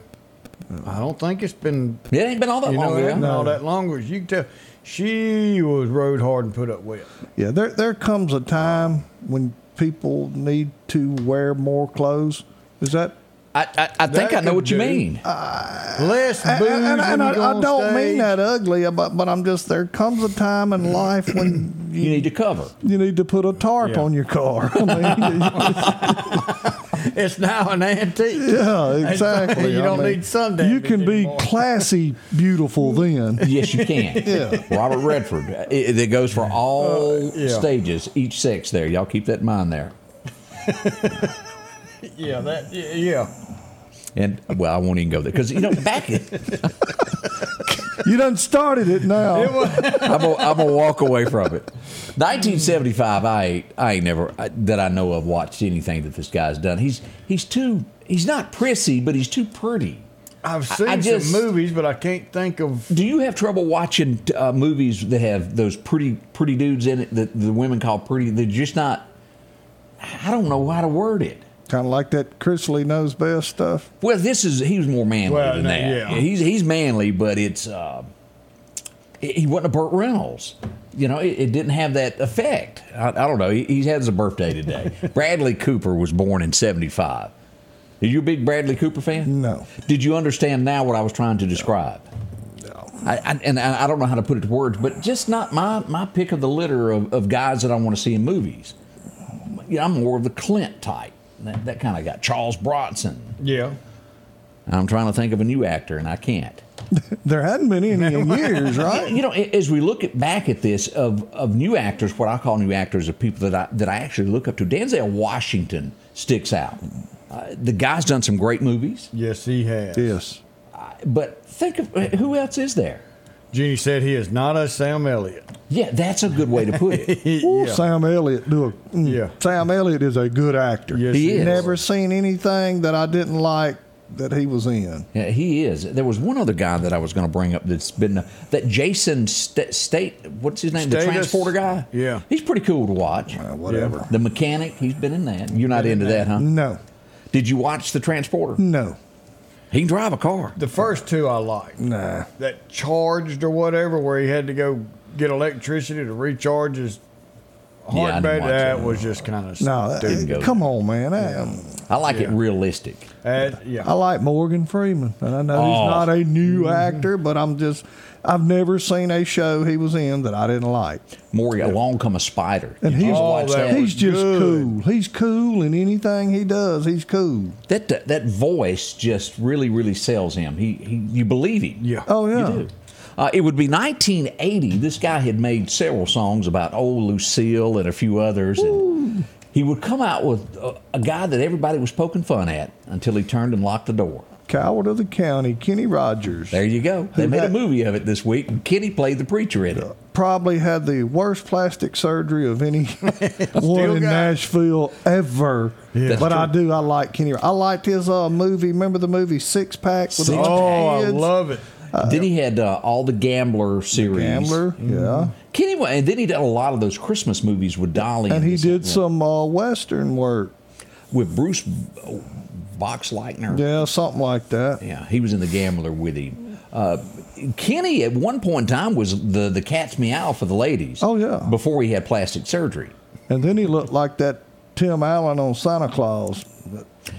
Speaker 2: I don't think it's been
Speaker 1: It ain't been all that
Speaker 2: you know
Speaker 1: long.
Speaker 2: it
Speaker 1: ago.
Speaker 2: ain't all that long. As you can tell, she was rode hard and put up well.
Speaker 3: Yeah. There there comes a time when people need to wear more clothes. Is that?
Speaker 1: I, I, I think I
Speaker 2: That
Speaker 1: know
Speaker 2: could Uh,
Speaker 1: what you
Speaker 2: do.
Speaker 1: mean.
Speaker 2: Less booze.
Speaker 3: And, and-
Speaker 2: when
Speaker 3: and- and
Speaker 2: you go
Speaker 3: I, I
Speaker 2: on
Speaker 3: don't mean
Speaker 2: stage.
Speaker 3: that ugly, uh, but but I'm just there comes a time in life when
Speaker 1: you need to cover.
Speaker 3: you need to put a tarp
Speaker 2: Yeah.
Speaker 3: on your car. I mean,
Speaker 2: It's now an antique.
Speaker 3: yeah, exactly.
Speaker 2: You
Speaker 3: I
Speaker 2: don't
Speaker 3: mean,
Speaker 2: need sun damage
Speaker 3: You can be
Speaker 2: anymore.
Speaker 3: classy, beautiful then.
Speaker 1: Yes, you can.
Speaker 3: Yeah.
Speaker 1: Robert Redford. It, it it goes for all
Speaker 2: yeah.
Speaker 1: stages, each sex there. Y'all keep that in mind there.
Speaker 2: Yeah, that. Yeah, yeah.
Speaker 1: And, well, I won't even go there because, you know, back in.
Speaker 3: You done started it now.
Speaker 1: I'm gonna I'm gonna walk away from it. 1975. I ain't, I ain't never I, that I know of watched anything that this guy's done. He's he's too he's not prissy, but he's too pretty.
Speaker 2: I've
Speaker 1: I-
Speaker 2: seen
Speaker 1: I just-
Speaker 2: some movies, but I can't think of.
Speaker 1: Do you have trouble watching uh, movies that have those pretty pretty dudes in it that the women call pretty? They're just not. I don't know how to word it.
Speaker 3: Kind of like that Chrisley knows best stuff.
Speaker 1: Well, this is he was more manly
Speaker 2: Well,
Speaker 1: than
Speaker 2: no,
Speaker 1: that.
Speaker 2: yeah.
Speaker 1: He's he's manly, but it's uh, he he wasn't a Burt Reynolds. You know, it, it didn't have that effect. I, I don't know. He, he has a birthday today. Bradley Cooper was born in '75. Are you a big Bradley Cooper fan?
Speaker 3: No.
Speaker 1: Did you understand now what I was trying to describe? No. I, I, and I I don't know how to put it to words, but just not my, my pick of the litter of, of guys that I want to see in movies. You know, I'm more of the Clint type, that, that kind of guy. Charles Bronson.
Speaker 2: Yeah.
Speaker 1: I'm trying to think of a new actor, and I can't.
Speaker 3: There hadn't been any in years, right?
Speaker 1: You know, a- as we look at, back at this of, of new actors, what I call new actors are people that I that I actually look up to. Denzel Washington sticks out. Uh, the guy's done some great movies,
Speaker 2: Yes, he has.
Speaker 3: Yes.
Speaker 1: but think of uh, who else is there?
Speaker 2: Jeannie said he is not a Sam Elliott.
Speaker 1: Yeah, that's a good way to put it.
Speaker 3: Ooh, Sam Elliott do a. mm,
Speaker 2: Yeah.
Speaker 3: Sam Elliott is a good actor.
Speaker 2: Yes,
Speaker 1: He is.
Speaker 3: Never seen anything that I didn't like that he was in.
Speaker 1: Yeah, he is. There was one other guy that I was going to bring up that's been uh, that Jason St- State. What's his name? The
Speaker 2: Statham.
Speaker 1: transporter guy.
Speaker 2: Yeah.
Speaker 1: he's pretty cool to watch.
Speaker 3: Uh, whatever.
Speaker 1: the mechanic. He's been in that. You're not into that, huh?
Speaker 3: No.
Speaker 1: Did you watch the transporter?
Speaker 3: No.
Speaker 1: He can drive a car.
Speaker 2: The first two I liked.
Speaker 3: Nah.
Speaker 2: That charged or whatever, where he had to go get electricity to recharge his heart
Speaker 1: I didn't
Speaker 2: rate.
Speaker 1: watch
Speaker 2: That
Speaker 1: that.
Speaker 2: was just kind of
Speaker 3: No. that-
Speaker 1: Didn't go
Speaker 3: uh, come on, man. I-
Speaker 1: I like it realistic.
Speaker 2: yeah.
Speaker 3: I like Morgan Freeman, and I know
Speaker 1: Oh.
Speaker 3: he's not a
Speaker 2: Mm-hmm.
Speaker 3: new actor, but I'm just. I've never seen a show he was in that I didn't like.
Speaker 1: More along come a spider.
Speaker 3: And
Speaker 1: Did
Speaker 3: he's-
Speaker 1: you
Speaker 3: Oh,
Speaker 1: watch
Speaker 2: that
Speaker 1: that?
Speaker 3: He's
Speaker 2: was
Speaker 3: just
Speaker 2: good.
Speaker 3: cool. He's cool in anything he does. He's cool.
Speaker 1: That, that that voice just really really sells him. He, he you believe him.
Speaker 2: yeah.
Speaker 3: Oh yeah.
Speaker 1: You do. Uh, it would be 1980. This guy had made several songs about old Lucille and a few others. And he would come out with a, a guy that everybody was poking fun at until he turned and locked the door.
Speaker 3: Coward of the County, Kenny Rogers.
Speaker 1: There you go. They
Speaker 3: Who
Speaker 1: made a
Speaker 3: had-
Speaker 1: movie of it this week, and Kenny played the preacher in it.
Speaker 3: probably had the worst plastic surgery of any one in
Speaker 2: got it.
Speaker 3: Nashville ever.
Speaker 1: That's
Speaker 3: but I
Speaker 1: true.
Speaker 3: do. I like Kenny. I liked his uh, movie. Remember the movie Six Pack with the
Speaker 1: Six
Speaker 2: Oh, I
Speaker 3: kids?
Speaker 2: love it.
Speaker 1: then he had uh, all the Gambler series.
Speaker 3: Gambler.
Speaker 2: Mm-hmm.
Speaker 3: Yeah.
Speaker 1: Kenny, wa- and then he did a lot of those Christmas movies with Dolly.
Speaker 3: And he
Speaker 1: his-
Speaker 3: did some uh, Western work.
Speaker 1: with Bruce Boxleitner.
Speaker 3: Yeah, something like that.
Speaker 1: Yeah, he was in the Gambler with him. Uh, Kenny, at one point in time, was the the cat's meow for the ladies.
Speaker 3: Oh, yeah.
Speaker 1: before he had plastic surgery.
Speaker 3: And then he looked like that Tim Allen on Santa Claus.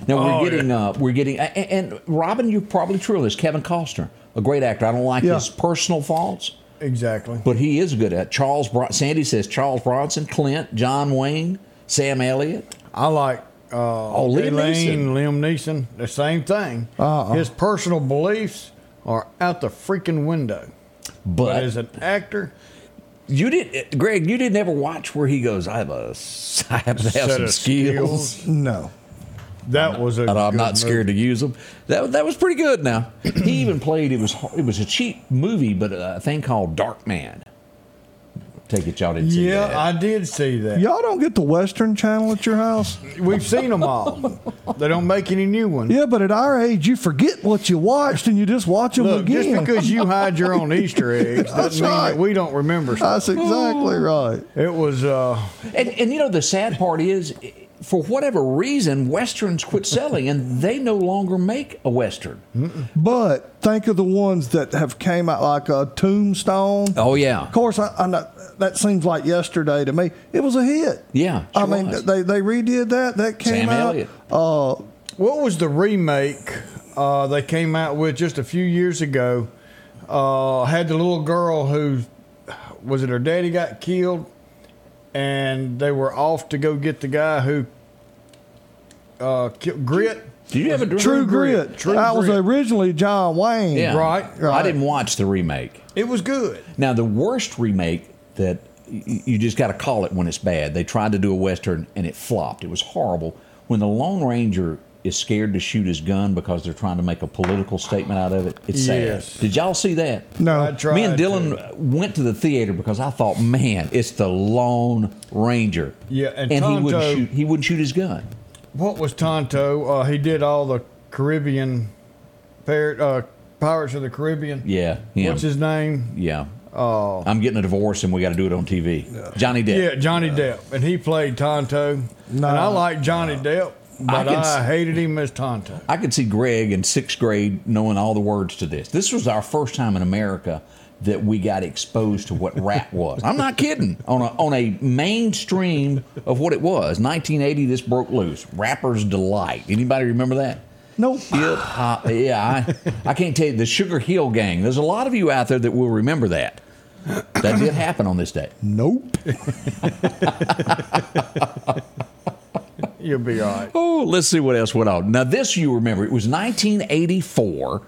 Speaker 1: Now
Speaker 2: Oh,
Speaker 1: we're getting uh, we're getting a- a- and, and Robin, you're probably true of this. Kevin Costner, a great actor. I don't like
Speaker 3: Yeah.
Speaker 1: his personal faults,
Speaker 2: Exactly.
Speaker 1: but he is good at Charles. Bron- Sandy says Charles Bronson, Clint, John Wayne, Sam Elliott.
Speaker 2: I like uh,
Speaker 1: Oh, Liam
Speaker 2: Elaine,
Speaker 1: Neeson. Uh-huh.
Speaker 2: Liam Neeson. The same thing. His personal beliefs are out the freaking window. But
Speaker 1: But
Speaker 2: as an actor,
Speaker 1: you did, Greg. You didn't ever watch where he goes. I have a, s- I have to have
Speaker 2: Set
Speaker 1: some
Speaker 2: of
Speaker 1: skills.
Speaker 2: skills.
Speaker 3: No.
Speaker 2: that was a.
Speaker 1: and I'm
Speaker 2: good
Speaker 1: not
Speaker 2: movie.
Speaker 1: scared to use them. That that was pretty good. Now he even played. It was it was a cheap movie, but a thing called Dark Man. Take it, y'all didn't see
Speaker 2: Yeah,
Speaker 1: that.
Speaker 2: I did see that.
Speaker 3: Y'all don't get the Western channel at your house?
Speaker 2: We've seen them all. they don't make any new ones.
Speaker 3: Yeah, but at our age, you forget what you watched and you just watch them
Speaker 2: Look,
Speaker 3: again.
Speaker 2: just because you hide your own Easter eggs doesn't
Speaker 3: That's
Speaker 2: mean
Speaker 3: right.
Speaker 2: that we don't remember. Stuff.
Speaker 3: That's exactly right.
Speaker 2: It was. Uh,
Speaker 1: and, and you know the sad part is, for whatever reason, westerns quit selling, and they no longer make a western.
Speaker 3: But think of the ones that have came out like a Tombstone.
Speaker 1: Oh yeah,
Speaker 3: Of course, I, I know, that seems like yesterday to me. It was a hit.
Speaker 1: yeah.
Speaker 3: I
Speaker 1: sure
Speaker 3: mean,
Speaker 1: was.
Speaker 3: they they redid that. That came
Speaker 1: Sam
Speaker 3: out.
Speaker 1: Elliott.
Speaker 3: Uh,
Speaker 2: What was the remake uh, they came out with just a few years ago? Uh, had the little girl who was it her daddy got killed, and they were off to go get the guy who uh, killed Grit.
Speaker 1: do you have a
Speaker 3: True Grit.
Speaker 2: True
Speaker 3: that was
Speaker 2: Grit.
Speaker 3: originally John Wayne.
Speaker 1: Yeah.
Speaker 2: Right,
Speaker 1: I
Speaker 2: right.
Speaker 1: didn't watch the remake.
Speaker 2: It was good.
Speaker 1: Now, the worst remake that y- you just got to call it when it's bad. They tried to do a Western and it flopped. It was horrible. When the Lone Ranger is scared to shoot his gun because they're trying to make a political statement out of it, it's
Speaker 2: Yes.
Speaker 1: sad. Did y'all see that?
Speaker 3: No.
Speaker 2: I tried
Speaker 1: Me and Dylan
Speaker 2: to.
Speaker 1: went to the theater because I thought, man, it's the Lone Ranger.
Speaker 2: Yeah, and
Speaker 1: he
Speaker 2: Tonto-
Speaker 1: wouldn't shoot. He wouldn't shoot his gun.
Speaker 2: What was Tonto? Uh, he did all the Caribbean, par- uh, Pirates of the Caribbean.
Speaker 1: Yeah, yeah,
Speaker 2: What's his name?
Speaker 1: yeah. Oh, I'm getting a divorce and we got to do it on TV. Johnny Depp.
Speaker 2: Yeah, Johnny Depp, and he played Tonto.
Speaker 3: No.
Speaker 2: and I like Johnny Depp, but
Speaker 1: can
Speaker 2: I,
Speaker 1: s-
Speaker 2: hated him as Tonto.
Speaker 1: I could see Greg in sixth grade knowing all the words to this. This was our first time in America that we got exposed to what rap was. I'm not kidding. On a, on a mainstream of what it was, 1980, this broke loose. Rapper's delight. Anybody remember that?
Speaker 3: Nope.
Speaker 1: Hip hop. Yeah, I, I can't tell you the Sugar Hill Gang. There's a lot of you out there that will remember that. That did happen on this day.
Speaker 3: Nope.
Speaker 2: You'll be all right.
Speaker 1: Oh, let's see what else went on. Now, this you remember, it was 1984.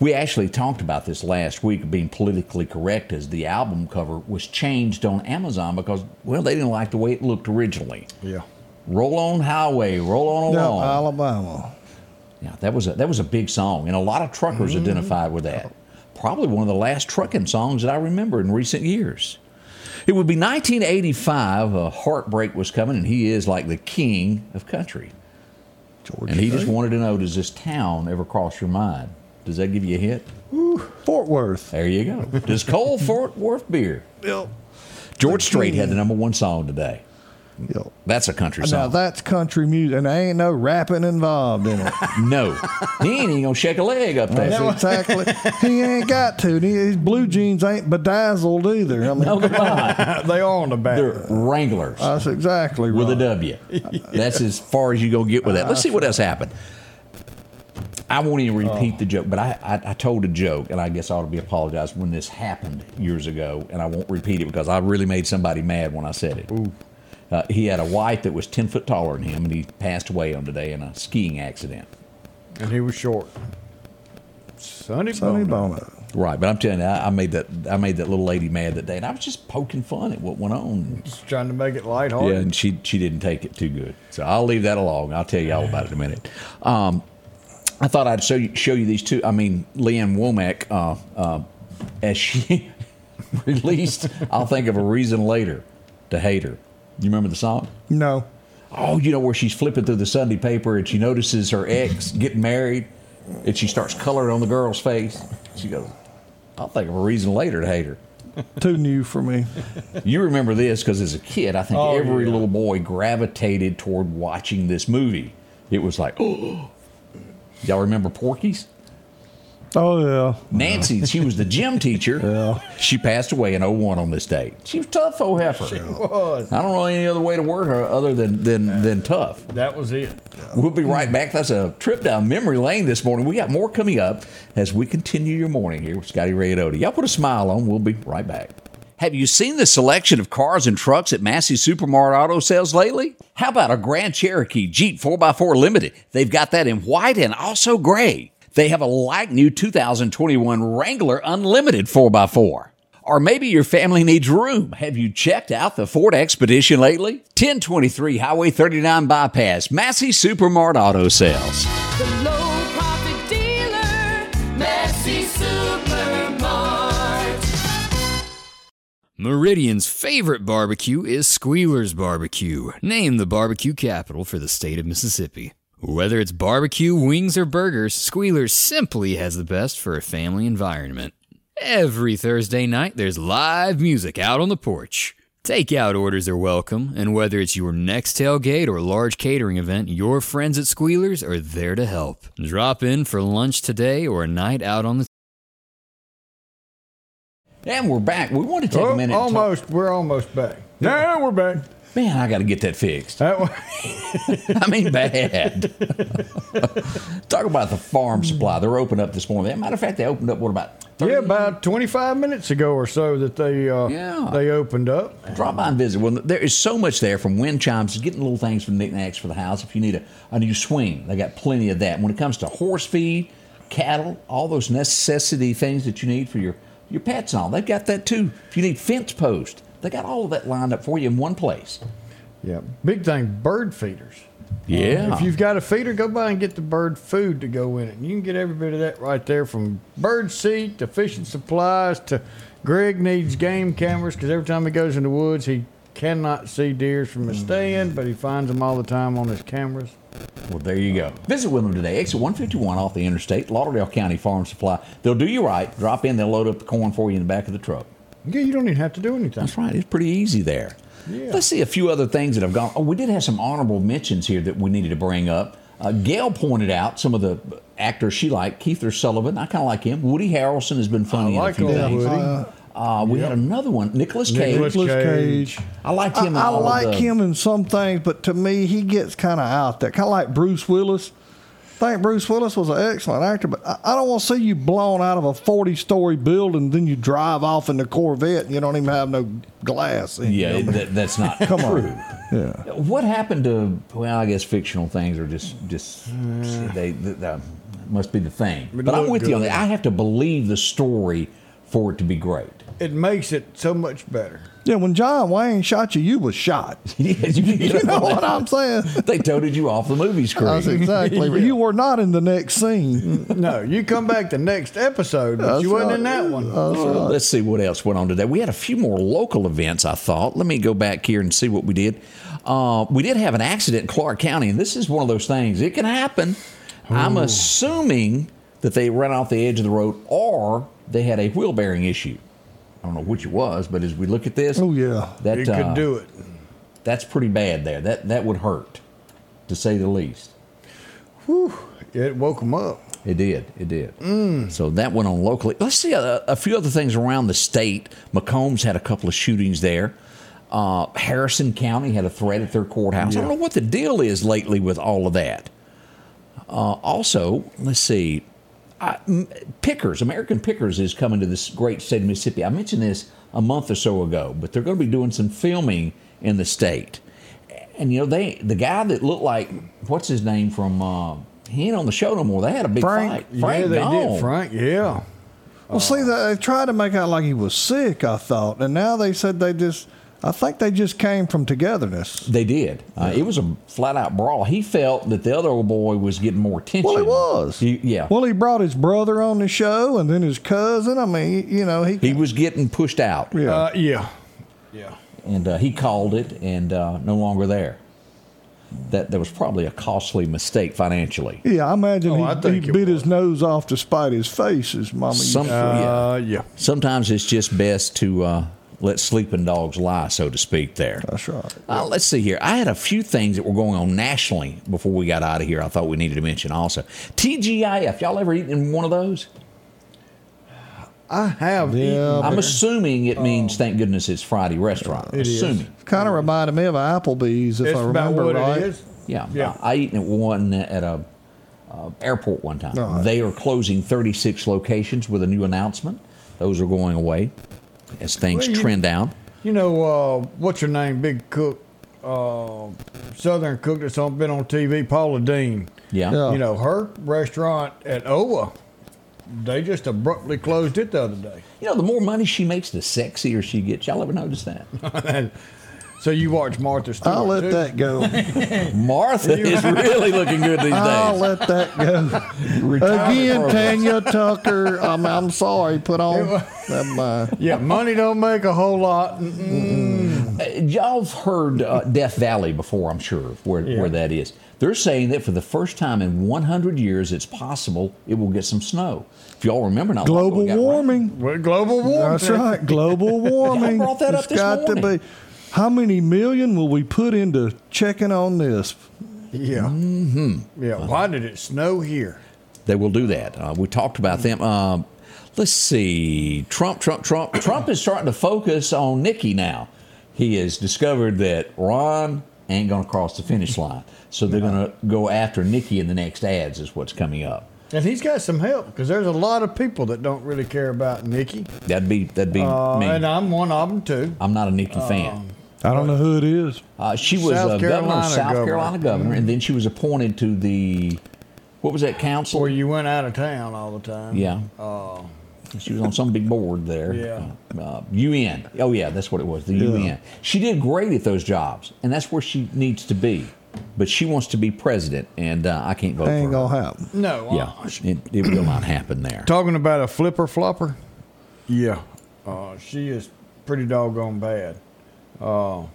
Speaker 1: We actually talked about this last week, being politically correct, as the album cover was changed on Amazon because, well, they didn't like the way it looked originally.
Speaker 2: Yeah.
Speaker 1: Roll on highway, roll on
Speaker 3: Yeah,
Speaker 1: along.
Speaker 3: Alabama.
Speaker 1: Yeah, that was a that was a big song, and a lot of truckers identified with that. Probably one of the last trucking songs that I remember in recent years. It would be 1985. A heartbreak was coming, and he is like the king of country.
Speaker 3: Georgia.
Speaker 1: And he just wanted to know: Does this town ever cross your mind? Does that give you a hit?
Speaker 3: Fort Worth.
Speaker 1: There you go. Does Cole Fort Worth beer? George Strait had the number one song today.
Speaker 3: Yep.
Speaker 1: That's a country
Speaker 3: Now
Speaker 1: song.
Speaker 3: that's country music, and there ain't no rapping involved in it.
Speaker 1: no, he ain't even gonna shake a leg up there.
Speaker 3: That's exactly. He ain't got to. And His blue jeans ain't bedazzled either. I mean,
Speaker 1: No, they're not.
Speaker 2: Uh, they are on the back.
Speaker 1: Oh, They're Wranglers.
Speaker 3: that's exactly right.
Speaker 1: with a W. That's as far as you go get with that. Let's see what else happened. I won't even repeat the joke, but I, I, I told a joke, and I guess I ought to be apologized when this happened years ago, and I won't repeat it because I really made somebody mad when I said it. Uh, he had a wife that was 10 foot taller than him, and he passed away on today in a skiing accident.
Speaker 2: and he was short. Sonny,
Speaker 3: Sonny
Speaker 2: Bono.
Speaker 3: Bono.
Speaker 1: Right, but I'm telling you, I, I made that I made that little lady mad that day, and I was just poking fun at what went on.
Speaker 2: Just trying to make it
Speaker 1: Yeah,
Speaker 2: lighthearted.
Speaker 1: and she she didn't take it too good. So I'll leave that alone. I'll tell you all about it in a minute. Um, I thought I'd show you, show you these two. I mean, Leanne Womack, uh, uh, as she released, I'll think of a reason later to hate her. You remember the song?
Speaker 3: No.
Speaker 1: Oh, you know where she's flipping through the Sunday paper and she notices her ex getting married, and she starts coloring on the girl's face. She goes, "I'll think of a reason later to hate her."
Speaker 3: Too new for me.
Speaker 1: You remember this because as a kid, I think
Speaker 2: Oh,
Speaker 1: every
Speaker 2: yeah.
Speaker 1: little boy gravitated toward watching this movie. It was like, oh, y'all remember Porky's?
Speaker 3: Oh, yeah.
Speaker 1: Nancy, she was the gym teacher. She passed away in 01 on this date. She was tough, old heifer.
Speaker 2: was.
Speaker 1: I don't know any other way to word her other than than, than tough.
Speaker 2: That was it.
Speaker 1: We'll be
Speaker 2: Hmm.
Speaker 1: right back. That's a trip down memory lane this morning. We got more coming up as we continue your morning here with Scotty Rayotti. Y'all put a smile on. We'll be right back. Have you seen the selection of cars and trucks at Massey Supermart Auto Sales lately? How about a Grand Cherokee Jeep 4x4 Limited? They've got that in white and also gray. They have a like new 2021 Wrangler Unlimited 4x4. Or maybe your family needs room. Have you checked out the Ford Expedition lately? 1023 Highway 39 Bypass, Massey Supermart Auto Sales.
Speaker 5: The low profit dealer, Massey Supermart.
Speaker 4: Meridian's favorite barbecue is Squealer's Barbecue, named the barbecue capital for the state of Mississippi. Whether it's barbecue, wings, or burgers, Squealer's simply has the best for a family environment. Every Thursday night, there's live music out on the porch. Takeout orders are welcome, and whether it's your next tailgate or large catering event, your friends at Squealer's are there to help. Drop in for lunch today or a night out on the
Speaker 1: And we're back. We want to take
Speaker 2: Oh,
Speaker 1: a minute. and talk-
Speaker 2: almost. We're almost back. No, we're back.
Speaker 1: Man, I got to get that fixed.
Speaker 2: That was,
Speaker 1: I mean, bad. talk about the farm supply. They're open up this morning. As a matter of fact, they opened up, what about? 30?
Speaker 2: yeah, about 25 minutes ago or so that they uh,
Speaker 1: Yeah.
Speaker 2: they opened up.
Speaker 1: Drop by and visit. Well, there is so much there from wind chimes to getting little things from knickknacks for the house. If you need a, a new swing, they got plenty of that. When it comes to horse feed, cattle, all those necessity things that you need for your, your pets and all, they've got that too. If you need fence post, they got all of that lined up for you in one place.
Speaker 2: Yeah, big thing. Bird feeders.
Speaker 1: Yeah.
Speaker 2: If you've got a feeder, go by and get the bird food to go in it. And you can get every bit of that right there from bird seed to fishing supplies to Greg needs game cameras because every time he goes in the woods, he cannot see deers from his stand, but he finds them all the time on his cameras.
Speaker 1: Well, there you go. Visit with them today. Exit 151 off the interstate, Lauderdale County Farm Supply. They'll do you right. Drop in, they'll load up the corn for you in the back of the truck.
Speaker 2: Yeah, you don't even have to do anything.
Speaker 1: That's right. It's pretty easy there.
Speaker 2: Yeah.
Speaker 1: Let's see a few other things that have gone. Oh, we did have some honorable mentions here that we needed to bring up. Uh, Gail pointed out some of the actors she liked. Keith Sullivan, I kind of like him. Woody Harrelson has been funny in a
Speaker 2: like
Speaker 1: few
Speaker 2: old
Speaker 1: things.
Speaker 2: Woody.
Speaker 1: Uh, we had another one, Nicholas Cage.
Speaker 2: Nicolas
Speaker 3: Nicolas
Speaker 2: Cage.
Speaker 3: Cage.
Speaker 1: I liked
Speaker 3: I,
Speaker 1: him. in
Speaker 3: I
Speaker 1: all of
Speaker 3: like
Speaker 1: the-
Speaker 3: him in some things, but to me, he gets kind of out there. Kind of like Bruce Willis. I think Bruce Willis was an excellent actor, but I, I don't want to see you blown out of a 40 story building, then you drive off in the Corvette and you don't even have no glass. In
Speaker 1: Yeah,
Speaker 3: you.
Speaker 1: that, that's not Come true. Yeah. What happened to? Well, I guess fictional things are just just they, they, they must be the thing. But I'm
Speaker 2: look
Speaker 1: with you on
Speaker 2: good.
Speaker 1: that. I have to believe the story for it to be great.
Speaker 2: It makes it so much better.
Speaker 3: Yeah, when John Wayne shot you, you was shot.
Speaker 1: Yes, you,
Speaker 3: You know what I'm saying?
Speaker 1: They toted you off the movie screen.
Speaker 3: That's exactly. right. You were not in the next scene.
Speaker 2: No, you come back the next episode, but
Speaker 3: That's
Speaker 2: you wasn't in
Speaker 3: right.
Speaker 2: that one.
Speaker 1: Uh, Let's see what else went on today. We had a few more local events, I thought. Let me go back here and see what we did. Uh, we did have an accident in Clark County, and this is one of those things. It can happen. I'm assuming that they ran off the edge of the road or they had a wheel bearing issue. I don't know which it was, but as we look at this,
Speaker 3: Oh, yeah.
Speaker 1: that,
Speaker 2: you
Speaker 1: uh,
Speaker 2: could do it.
Speaker 1: that's pretty bad there. That, that would hurt, to say the least.
Speaker 2: It woke him up.
Speaker 1: It did. It did.
Speaker 2: Mm.
Speaker 1: So that went on locally. Let's see a, a few other things around the state. Macomb's had a couple of shootings there. Uh, Harrison County had a threat at their courthouse. I don't know what the deal is lately with all of that. Uh, also, let's see. I, m- Pickers, American Pickers, is coming to this great state of Mississippi. I mentioned this a month or so ago, but they're going to be doing some filming in the state. And you know, they the guy that looked like what's his name from uh, he ain't on the show no more. They had a big
Speaker 3: Frank.
Speaker 1: fight. Frank
Speaker 2: yeah, they
Speaker 1: gone.
Speaker 2: did, Frank. Yeah.
Speaker 3: Well, see, they they tried to make out like he was sick, I thought, and now they said they just I think they just came from togetherness.
Speaker 1: They did. Uh, it was a flat out brawl. He felt that the other old boy was getting more attention.
Speaker 3: Well, it was.
Speaker 1: He- yeah.
Speaker 3: Well, he brought his brother on the show, and then his cousin. I mean, you know, he.
Speaker 1: he was getting pushed out,
Speaker 3: yeah.
Speaker 2: Uh, yeah. Yeah.
Speaker 1: and uh, he called it, and uh, no longer there. That there was probably a costly mistake financially.
Speaker 3: yeah, I imagine
Speaker 2: Oh,
Speaker 3: he,
Speaker 2: I
Speaker 3: he
Speaker 2: think it
Speaker 3: bit his
Speaker 2: was.
Speaker 3: nose off to spite his face, as Mama used to
Speaker 1: Some, yeah.
Speaker 2: Uh, yeah.
Speaker 1: Sometimes it's just best to uh, let sleeping dogs lie, so to speak. There.
Speaker 3: That's right.
Speaker 1: Uh, let's see here. I had a few things that were going on nationally before we got out of here. I thought we needed to mention also TGIF. Y'all ever eaten one of those?
Speaker 2: I have
Speaker 3: Yeah,
Speaker 2: eaten.
Speaker 1: I'm
Speaker 2: there.
Speaker 1: assuming it means thank goodness it's Friday restaurant.
Speaker 2: Oh. It is.
Speaker 1: assuming.
Speaker 3: Kind of reminded me of Applebee's, if
Speaker 2: It's
Speaker 3: I
Speaker 2: about
Speaker 3: remember
Speaker 2: what
Speaker 3: right.
Speaker 2: it is.
Speaker 1: Yeah,
Speaker 2: Yeah.
Speaker 1: I, I eaten at one at a uh, airport one time.
Speaker 3: All right.
Speaker 1: They are closing 36 locations with a new announcement. Those are going away as things
Speaker 2: Well, you-
Speaker 1: trend down.
Speaker 2: You know, uh, what's her name? Big cook, uh, Southern cook that's on, been on TV, Paula Dean.
Speaker 1: Yeah.
Speaker 3: Yeah.
Speaker 2: You know, her restaurant at Owa, they just abruptly closed it the other day.
Speaker 1: You know, the more money she makes, the sexier she gets. Y'all ever notice that?
Speaker 2: So you watch Martha Stewart.
Speaker 3: I'll let
Speaker 2: too?
Speaker 3: that go.
Speaker 1: Martha is really looking good these
Speaker 2: Oh,
Speaker 3: I'll
Speaker 1: days.
Speaker 3: let that go. Again, Tanya Tucker. I'm, I'm sorry. Put on. Never mind.
Speaker 2: Yeah, money don't make a whole lot. Mm-mm.
Speaker 1: Uh, Y'all have heard uh, Death Valley before, I'm sure, where, where that is. They're saying that for the first time in 100 years, it's possible it will get some snow. If y'all remember, not long ago
Speaker 3: Global
Speaker 1: we got rain.
Speaker 3: warming.
Speaker 2: Well, global warming.
Speaker 3: That's right. Global warming.
Speaker 1: brought that up
Speaker 3: It's
Speaker 1: this
Speaker 3: got to
Speaker 1: morning.
Speaker 3: be. How many million will we put into checking on this?
Speaker 2: Yeah. Mm-hmm. Yeah. Why did it snow here?
Speaker 1: They will do that. Uh, we talked about them. Um, let's see. Trump, Trump, Trump. Trump is starting to focus on Nikki now. He has discovered that Ron ain't going to cross the finish line. So they're going to go after Nikki in the next ads, is what's coming up.
Speaker 2: And he's got some help because there's a lot of people that don't really care about Nikki.
Speaker 1: That'd be, that'd be
Speaker 2: Uh,
Speaker 1: me.
Speaker 2: and I'm one of them too.
Speaker 1: I'm not a Nikki fan.
Speaker 3: I don't know who it is.
Speaker 1: Uh, she was a
Speaker 2: South
Speaker 1: governor of
Speaker 2: Carolina
Speaker 1: South
Speaker 2: governor.
Speaker 1: Carolina governor, and then she was appointed to the, what was that council?
Speaker 2: Where you went out of town all the time.
Speaker 1: Yeah. she was on some big board there.
Speaker 2: Oh. Yeah.
Speaker 1: Uh, UN. Oh, yeah, that's what it was, the UN. She did great at those jobs, and that's where she needs to be. But she wants to be president, and uh, I can't vote
Speaker 3: Ain't
Speaker 1: for her.
Speaker 3: gonna happen.
Speaker 2: No.
Speaker 1: Yeah,
Speaker 2: uh,
Speaker 1: it, it will not happen there.
Speaker 2: Talking about a flipper flopper. Yeah. Uh, she is pretty doggone bad.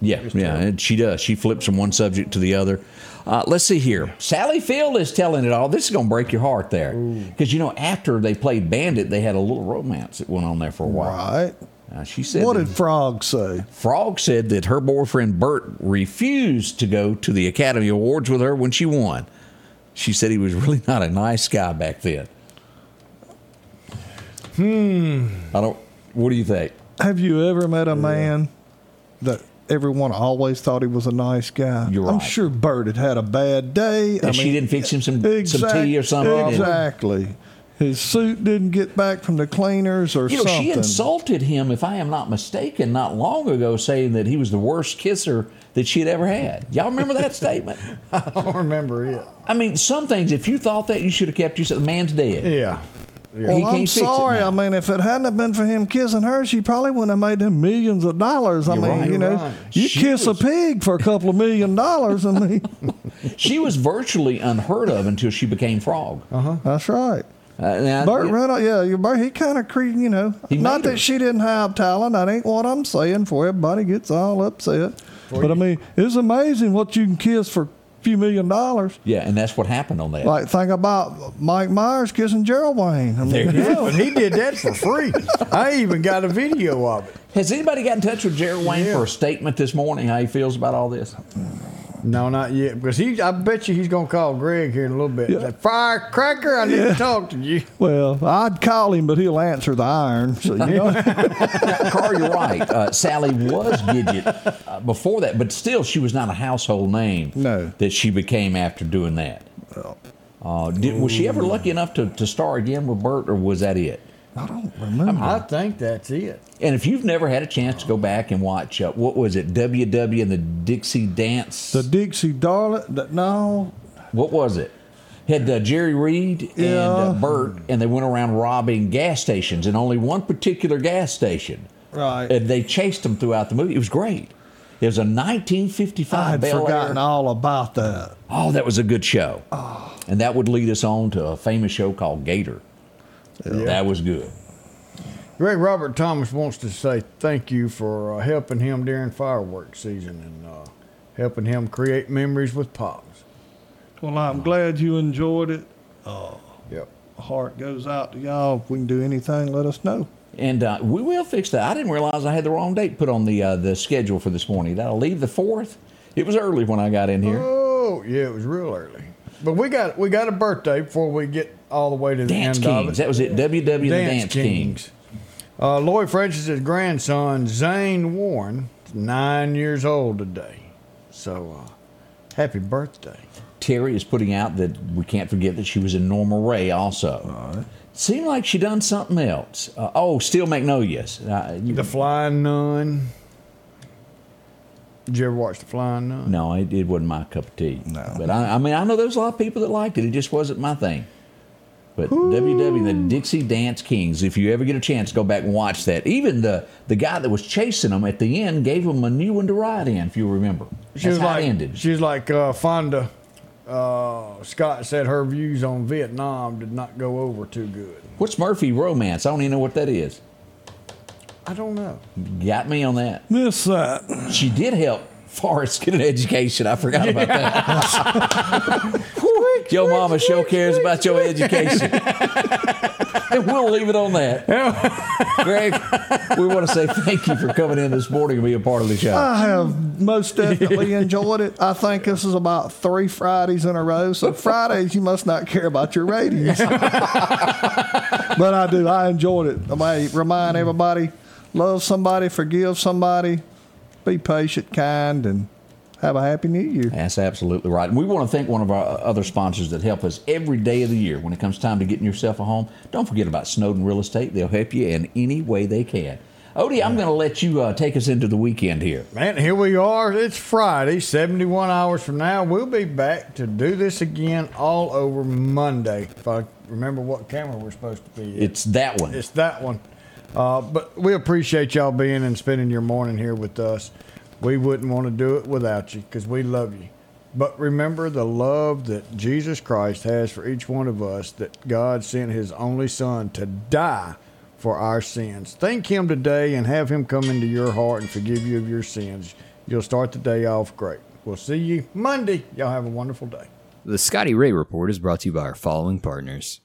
Speaker 1: Yeah, yeah, and she does. She flips from one subject to the other. Uh, let's see here. Sally Field is telling it all. This is going to break your heart there. Because, you know, after they played Bandit, they had a little romance that went on there for a while.
Speaker 3: Right.
Speaker 1: Uh, she said
Speaker 3: What
Speaker 1: that-
Speaker 3: did Frog say?
Speaker 1: Frog said that her boyfriend Bert refused to go to the Academy Awards with her when she won. She said he was really not a nice guy back then. Hmm. I don't. What do you think?
Speaker 3: Have you ever met a man that everyone always thought he was a nice guy?
Speaker 1: You're
Speaker 3: I'm
Speaker 1: right.
Speaker 3: sure Bert had had a bad day. I
Speaker 1: And she
Speaker 3: mean,
Speaker 1: didn't fix him some some
Speaker 3: exact-
Speaker 1: tea or something. and-
Speaker 3: Exactly. His suit didn't get back from the cleaners or
Speaker 1: you know,
Speaker 3: something.
Speaker 1: she insulted him, if I am not mistaken, not long ago, saying that he was the worst kisser that she had ever had. Y'all remember that statement?
Speaker 2: I don't remember it.
Speaker 1: I mean, some things. If you thought that, you should have kept yourself. The man's dead.
Speaker 2: Yeah. Yeah.
Speaker 1: he
Speaker 3: well, Oh, I'm
Speaker 1: can't fix it
Speaker 3: sorry.
Speaker 1: now.
Speaker 3: I mean, if it hadn't have been for him kissing her, she probably wouldn't have made him millions of dollars. I
Speaker 1: You're
Speaker 3: mean,
Speaker 1: right.
Speaker 3: you
Speaker 1: You're
Speaker 3: know,
Speaker 2: right.
Speaker 3: you
Speaker 1: She
Speaker 3: kiss
Speaker 1: was-
Speaker 3: a pig for a couple of million dollars. I mean,
Speaker 1: She was virtually unheard of until she became Frog.
Speaker 3: that's right.
Speaker 1: Uh, now,
Speaker 3: Burt
Speaker 1: yeah,
Speaker 3: Reynolds, yeah, you Burt, he kind of, cre- you know,
Speaker 1: He
Speaker 3: not
Speaker 1: made
Speaker 3: that
Speaker 1: her.
Speaker 3: she didn't have talent. That ain't what I'm saying. For everybody gets all upset, but I mean, it's amazing what you can kiss for a few million dollars.
Speaker 1: yeah, and that's what happened on that.
Speaker 3: Like think about Mike Myers kissing Gerald Wayne. I mean,
Speaker 2: Yeah, but he did that for free. I even got a video of it.
Speaker 1: Has anybody got in touch with Jerry Wayne
Speaker 2: Yeah.
Speaker 1: for a statement this morning? How he feels about all this?
Speaker 2: No, not yet, because he. I bet you he's gonna call Greg here in a little bit. Say, Firecracker, I need to talk to you.
Speaker 3: Well, I'd call him, but he'll answer the iron. So you know,
Speaker 1: Carl, you're right. Uh, Sally was Gidget uh, before that, but still, she was not a household name.
Speaker 3: No.
Speaker 1: that she became after doing that. Uh, did, was she ever lucky enough to, to star again with Bert, or was that it?
Speaker 3: I don't remember.
Speaker 2: I think that's it.
Speaker 1: And if you've never had a chance to go back and watch, uh, what was it, WW and the Dixie Dance?
Speaker 3: the Dixie Darling. The, no,
Speaker 1: what was it? Had uh, Jerry Reed and uh,
Speaker 3: Yeah.
Speaker 1: Bert, and they went around robbing gas stations, and only one particular gas station
Speaker 3: Right.
Speaker 1: And Uh, they chased them throughout the movie. It was great. It was a 1955
Speaker 3: I had
Speaker 1: Bel Air.
Speaker 3: forgotten all about that.
Speaker 1: Oh, that was a good show.
Speaker 2: Oh.
Speaker 1: And that would lead us on to a famous show called Gator. That was good.
Speaker 2: Greg Robert Thomas wants to say thank you for uh, helping him during fireworks season and uh, helping him create memories with Pops.
Speaker 3: Well, I'm glad you enjoyed it.
Speaker 2: Yep.
Speaker 3: Heart goes out to y'all. If we can do anything, let us know.
Speaker 1: And uh, we will fix that. I didn't realize I had the wrong date put on the uh, the schedule for this morning. That'll leave the fourth. It was early when I got in here.
Speaker 2: Oh yeah, it was real early. But we got we got a birthday before we get all the way to the
Speaker 1: Dance
Speaker 2: end of
Speaker 1: Kings.
Speaker 2: it.
Speaker 1: That was it. WW and the
Speaker 2: Dance,
Speaker 1: Dance
Speaker 2: Kings.
Speaker 1: Kings.
Speaker 2: Uh, Lloyd Francis's grandson Zane Warren, is nine years old today. So uh, happy birthday.
Speaker 1: Terry is putting out that we can't forget that she was in Norma Ray also. Seemed like she done something else. Uh, oh, Steel Magnolias. Uh, you-
Speaker 2: The Flying Nun. Did you ever watch The Flying Nun?
Speaker 1: no, it, it wasn't my cup of tea. No. But I, I mean, I know there's a lot of people that liked it. It just wasn't my thing. But WW, the Dixie Dance Kings, if you ever get a chance, go back and watch that. Even the, the guy that was chasing them at the end gave them a new one to ride in, if you remember.
Speaker 2: She
Speaker 1: That's
Speaker 2: was
Speaker 1: how
Speaker 2: like
Speaker 1: it ended.
Speaker 2: she was like uh, Fonda. Uh, Scott said her views on Vietnam did not go over too good.
Speaker 1: What's Murphy Romance? I don't even know what that is.
Speaker 2: I don't know.
Speaker 1: Got me on that.
Speaker 3: Miss that.
Speaker 1: She did help Forrest get an education. I forgot about that. Whew, your mama sure cares about your education. and we'll leave it on that. Greg, we want to say thank you for coming in this morning and being a part of the show.
Speaker 3: I have most definitely enjoyed it. I think this is about three Fridays in a row. So Fridays, you must not care about your ratings. but I do. I enjoyed it. I may remind everybody: love somebody, forgive somebody, be patient, kind, and have a happy New Year.
Speaker 1: That's absolutely right. And we want to thank one of our other sponsors that help us every day of the year when it comes time to getting yourself a home. Don't forget about Snowden Real Estate. They'll help you in any way they can. Odie, I'm going to let you uh, take us into the weekend here.
Speaker 2: Man, here we are. It's Friday, 71 hours from now. We'll be back to do this again all over Monday. If I remember what camera we're supposed to be in.
Speaker 1: It's that one.
Speaker 2: It's that one. Uh, but we appreciate y'all being and spending your morning here with us. We wouldn't want to do it without you because we love you. But remember the love that Jesus Christ has for each one of us, that God sent his only son to die for our sins. Thank him today and have him come into your heart and forgive you of your sins. You'll start the day off great. We'll see you Monday. Y'all have a wonderful day.
Speaker 4: The Scotty Ray Report is brought to you by our following partners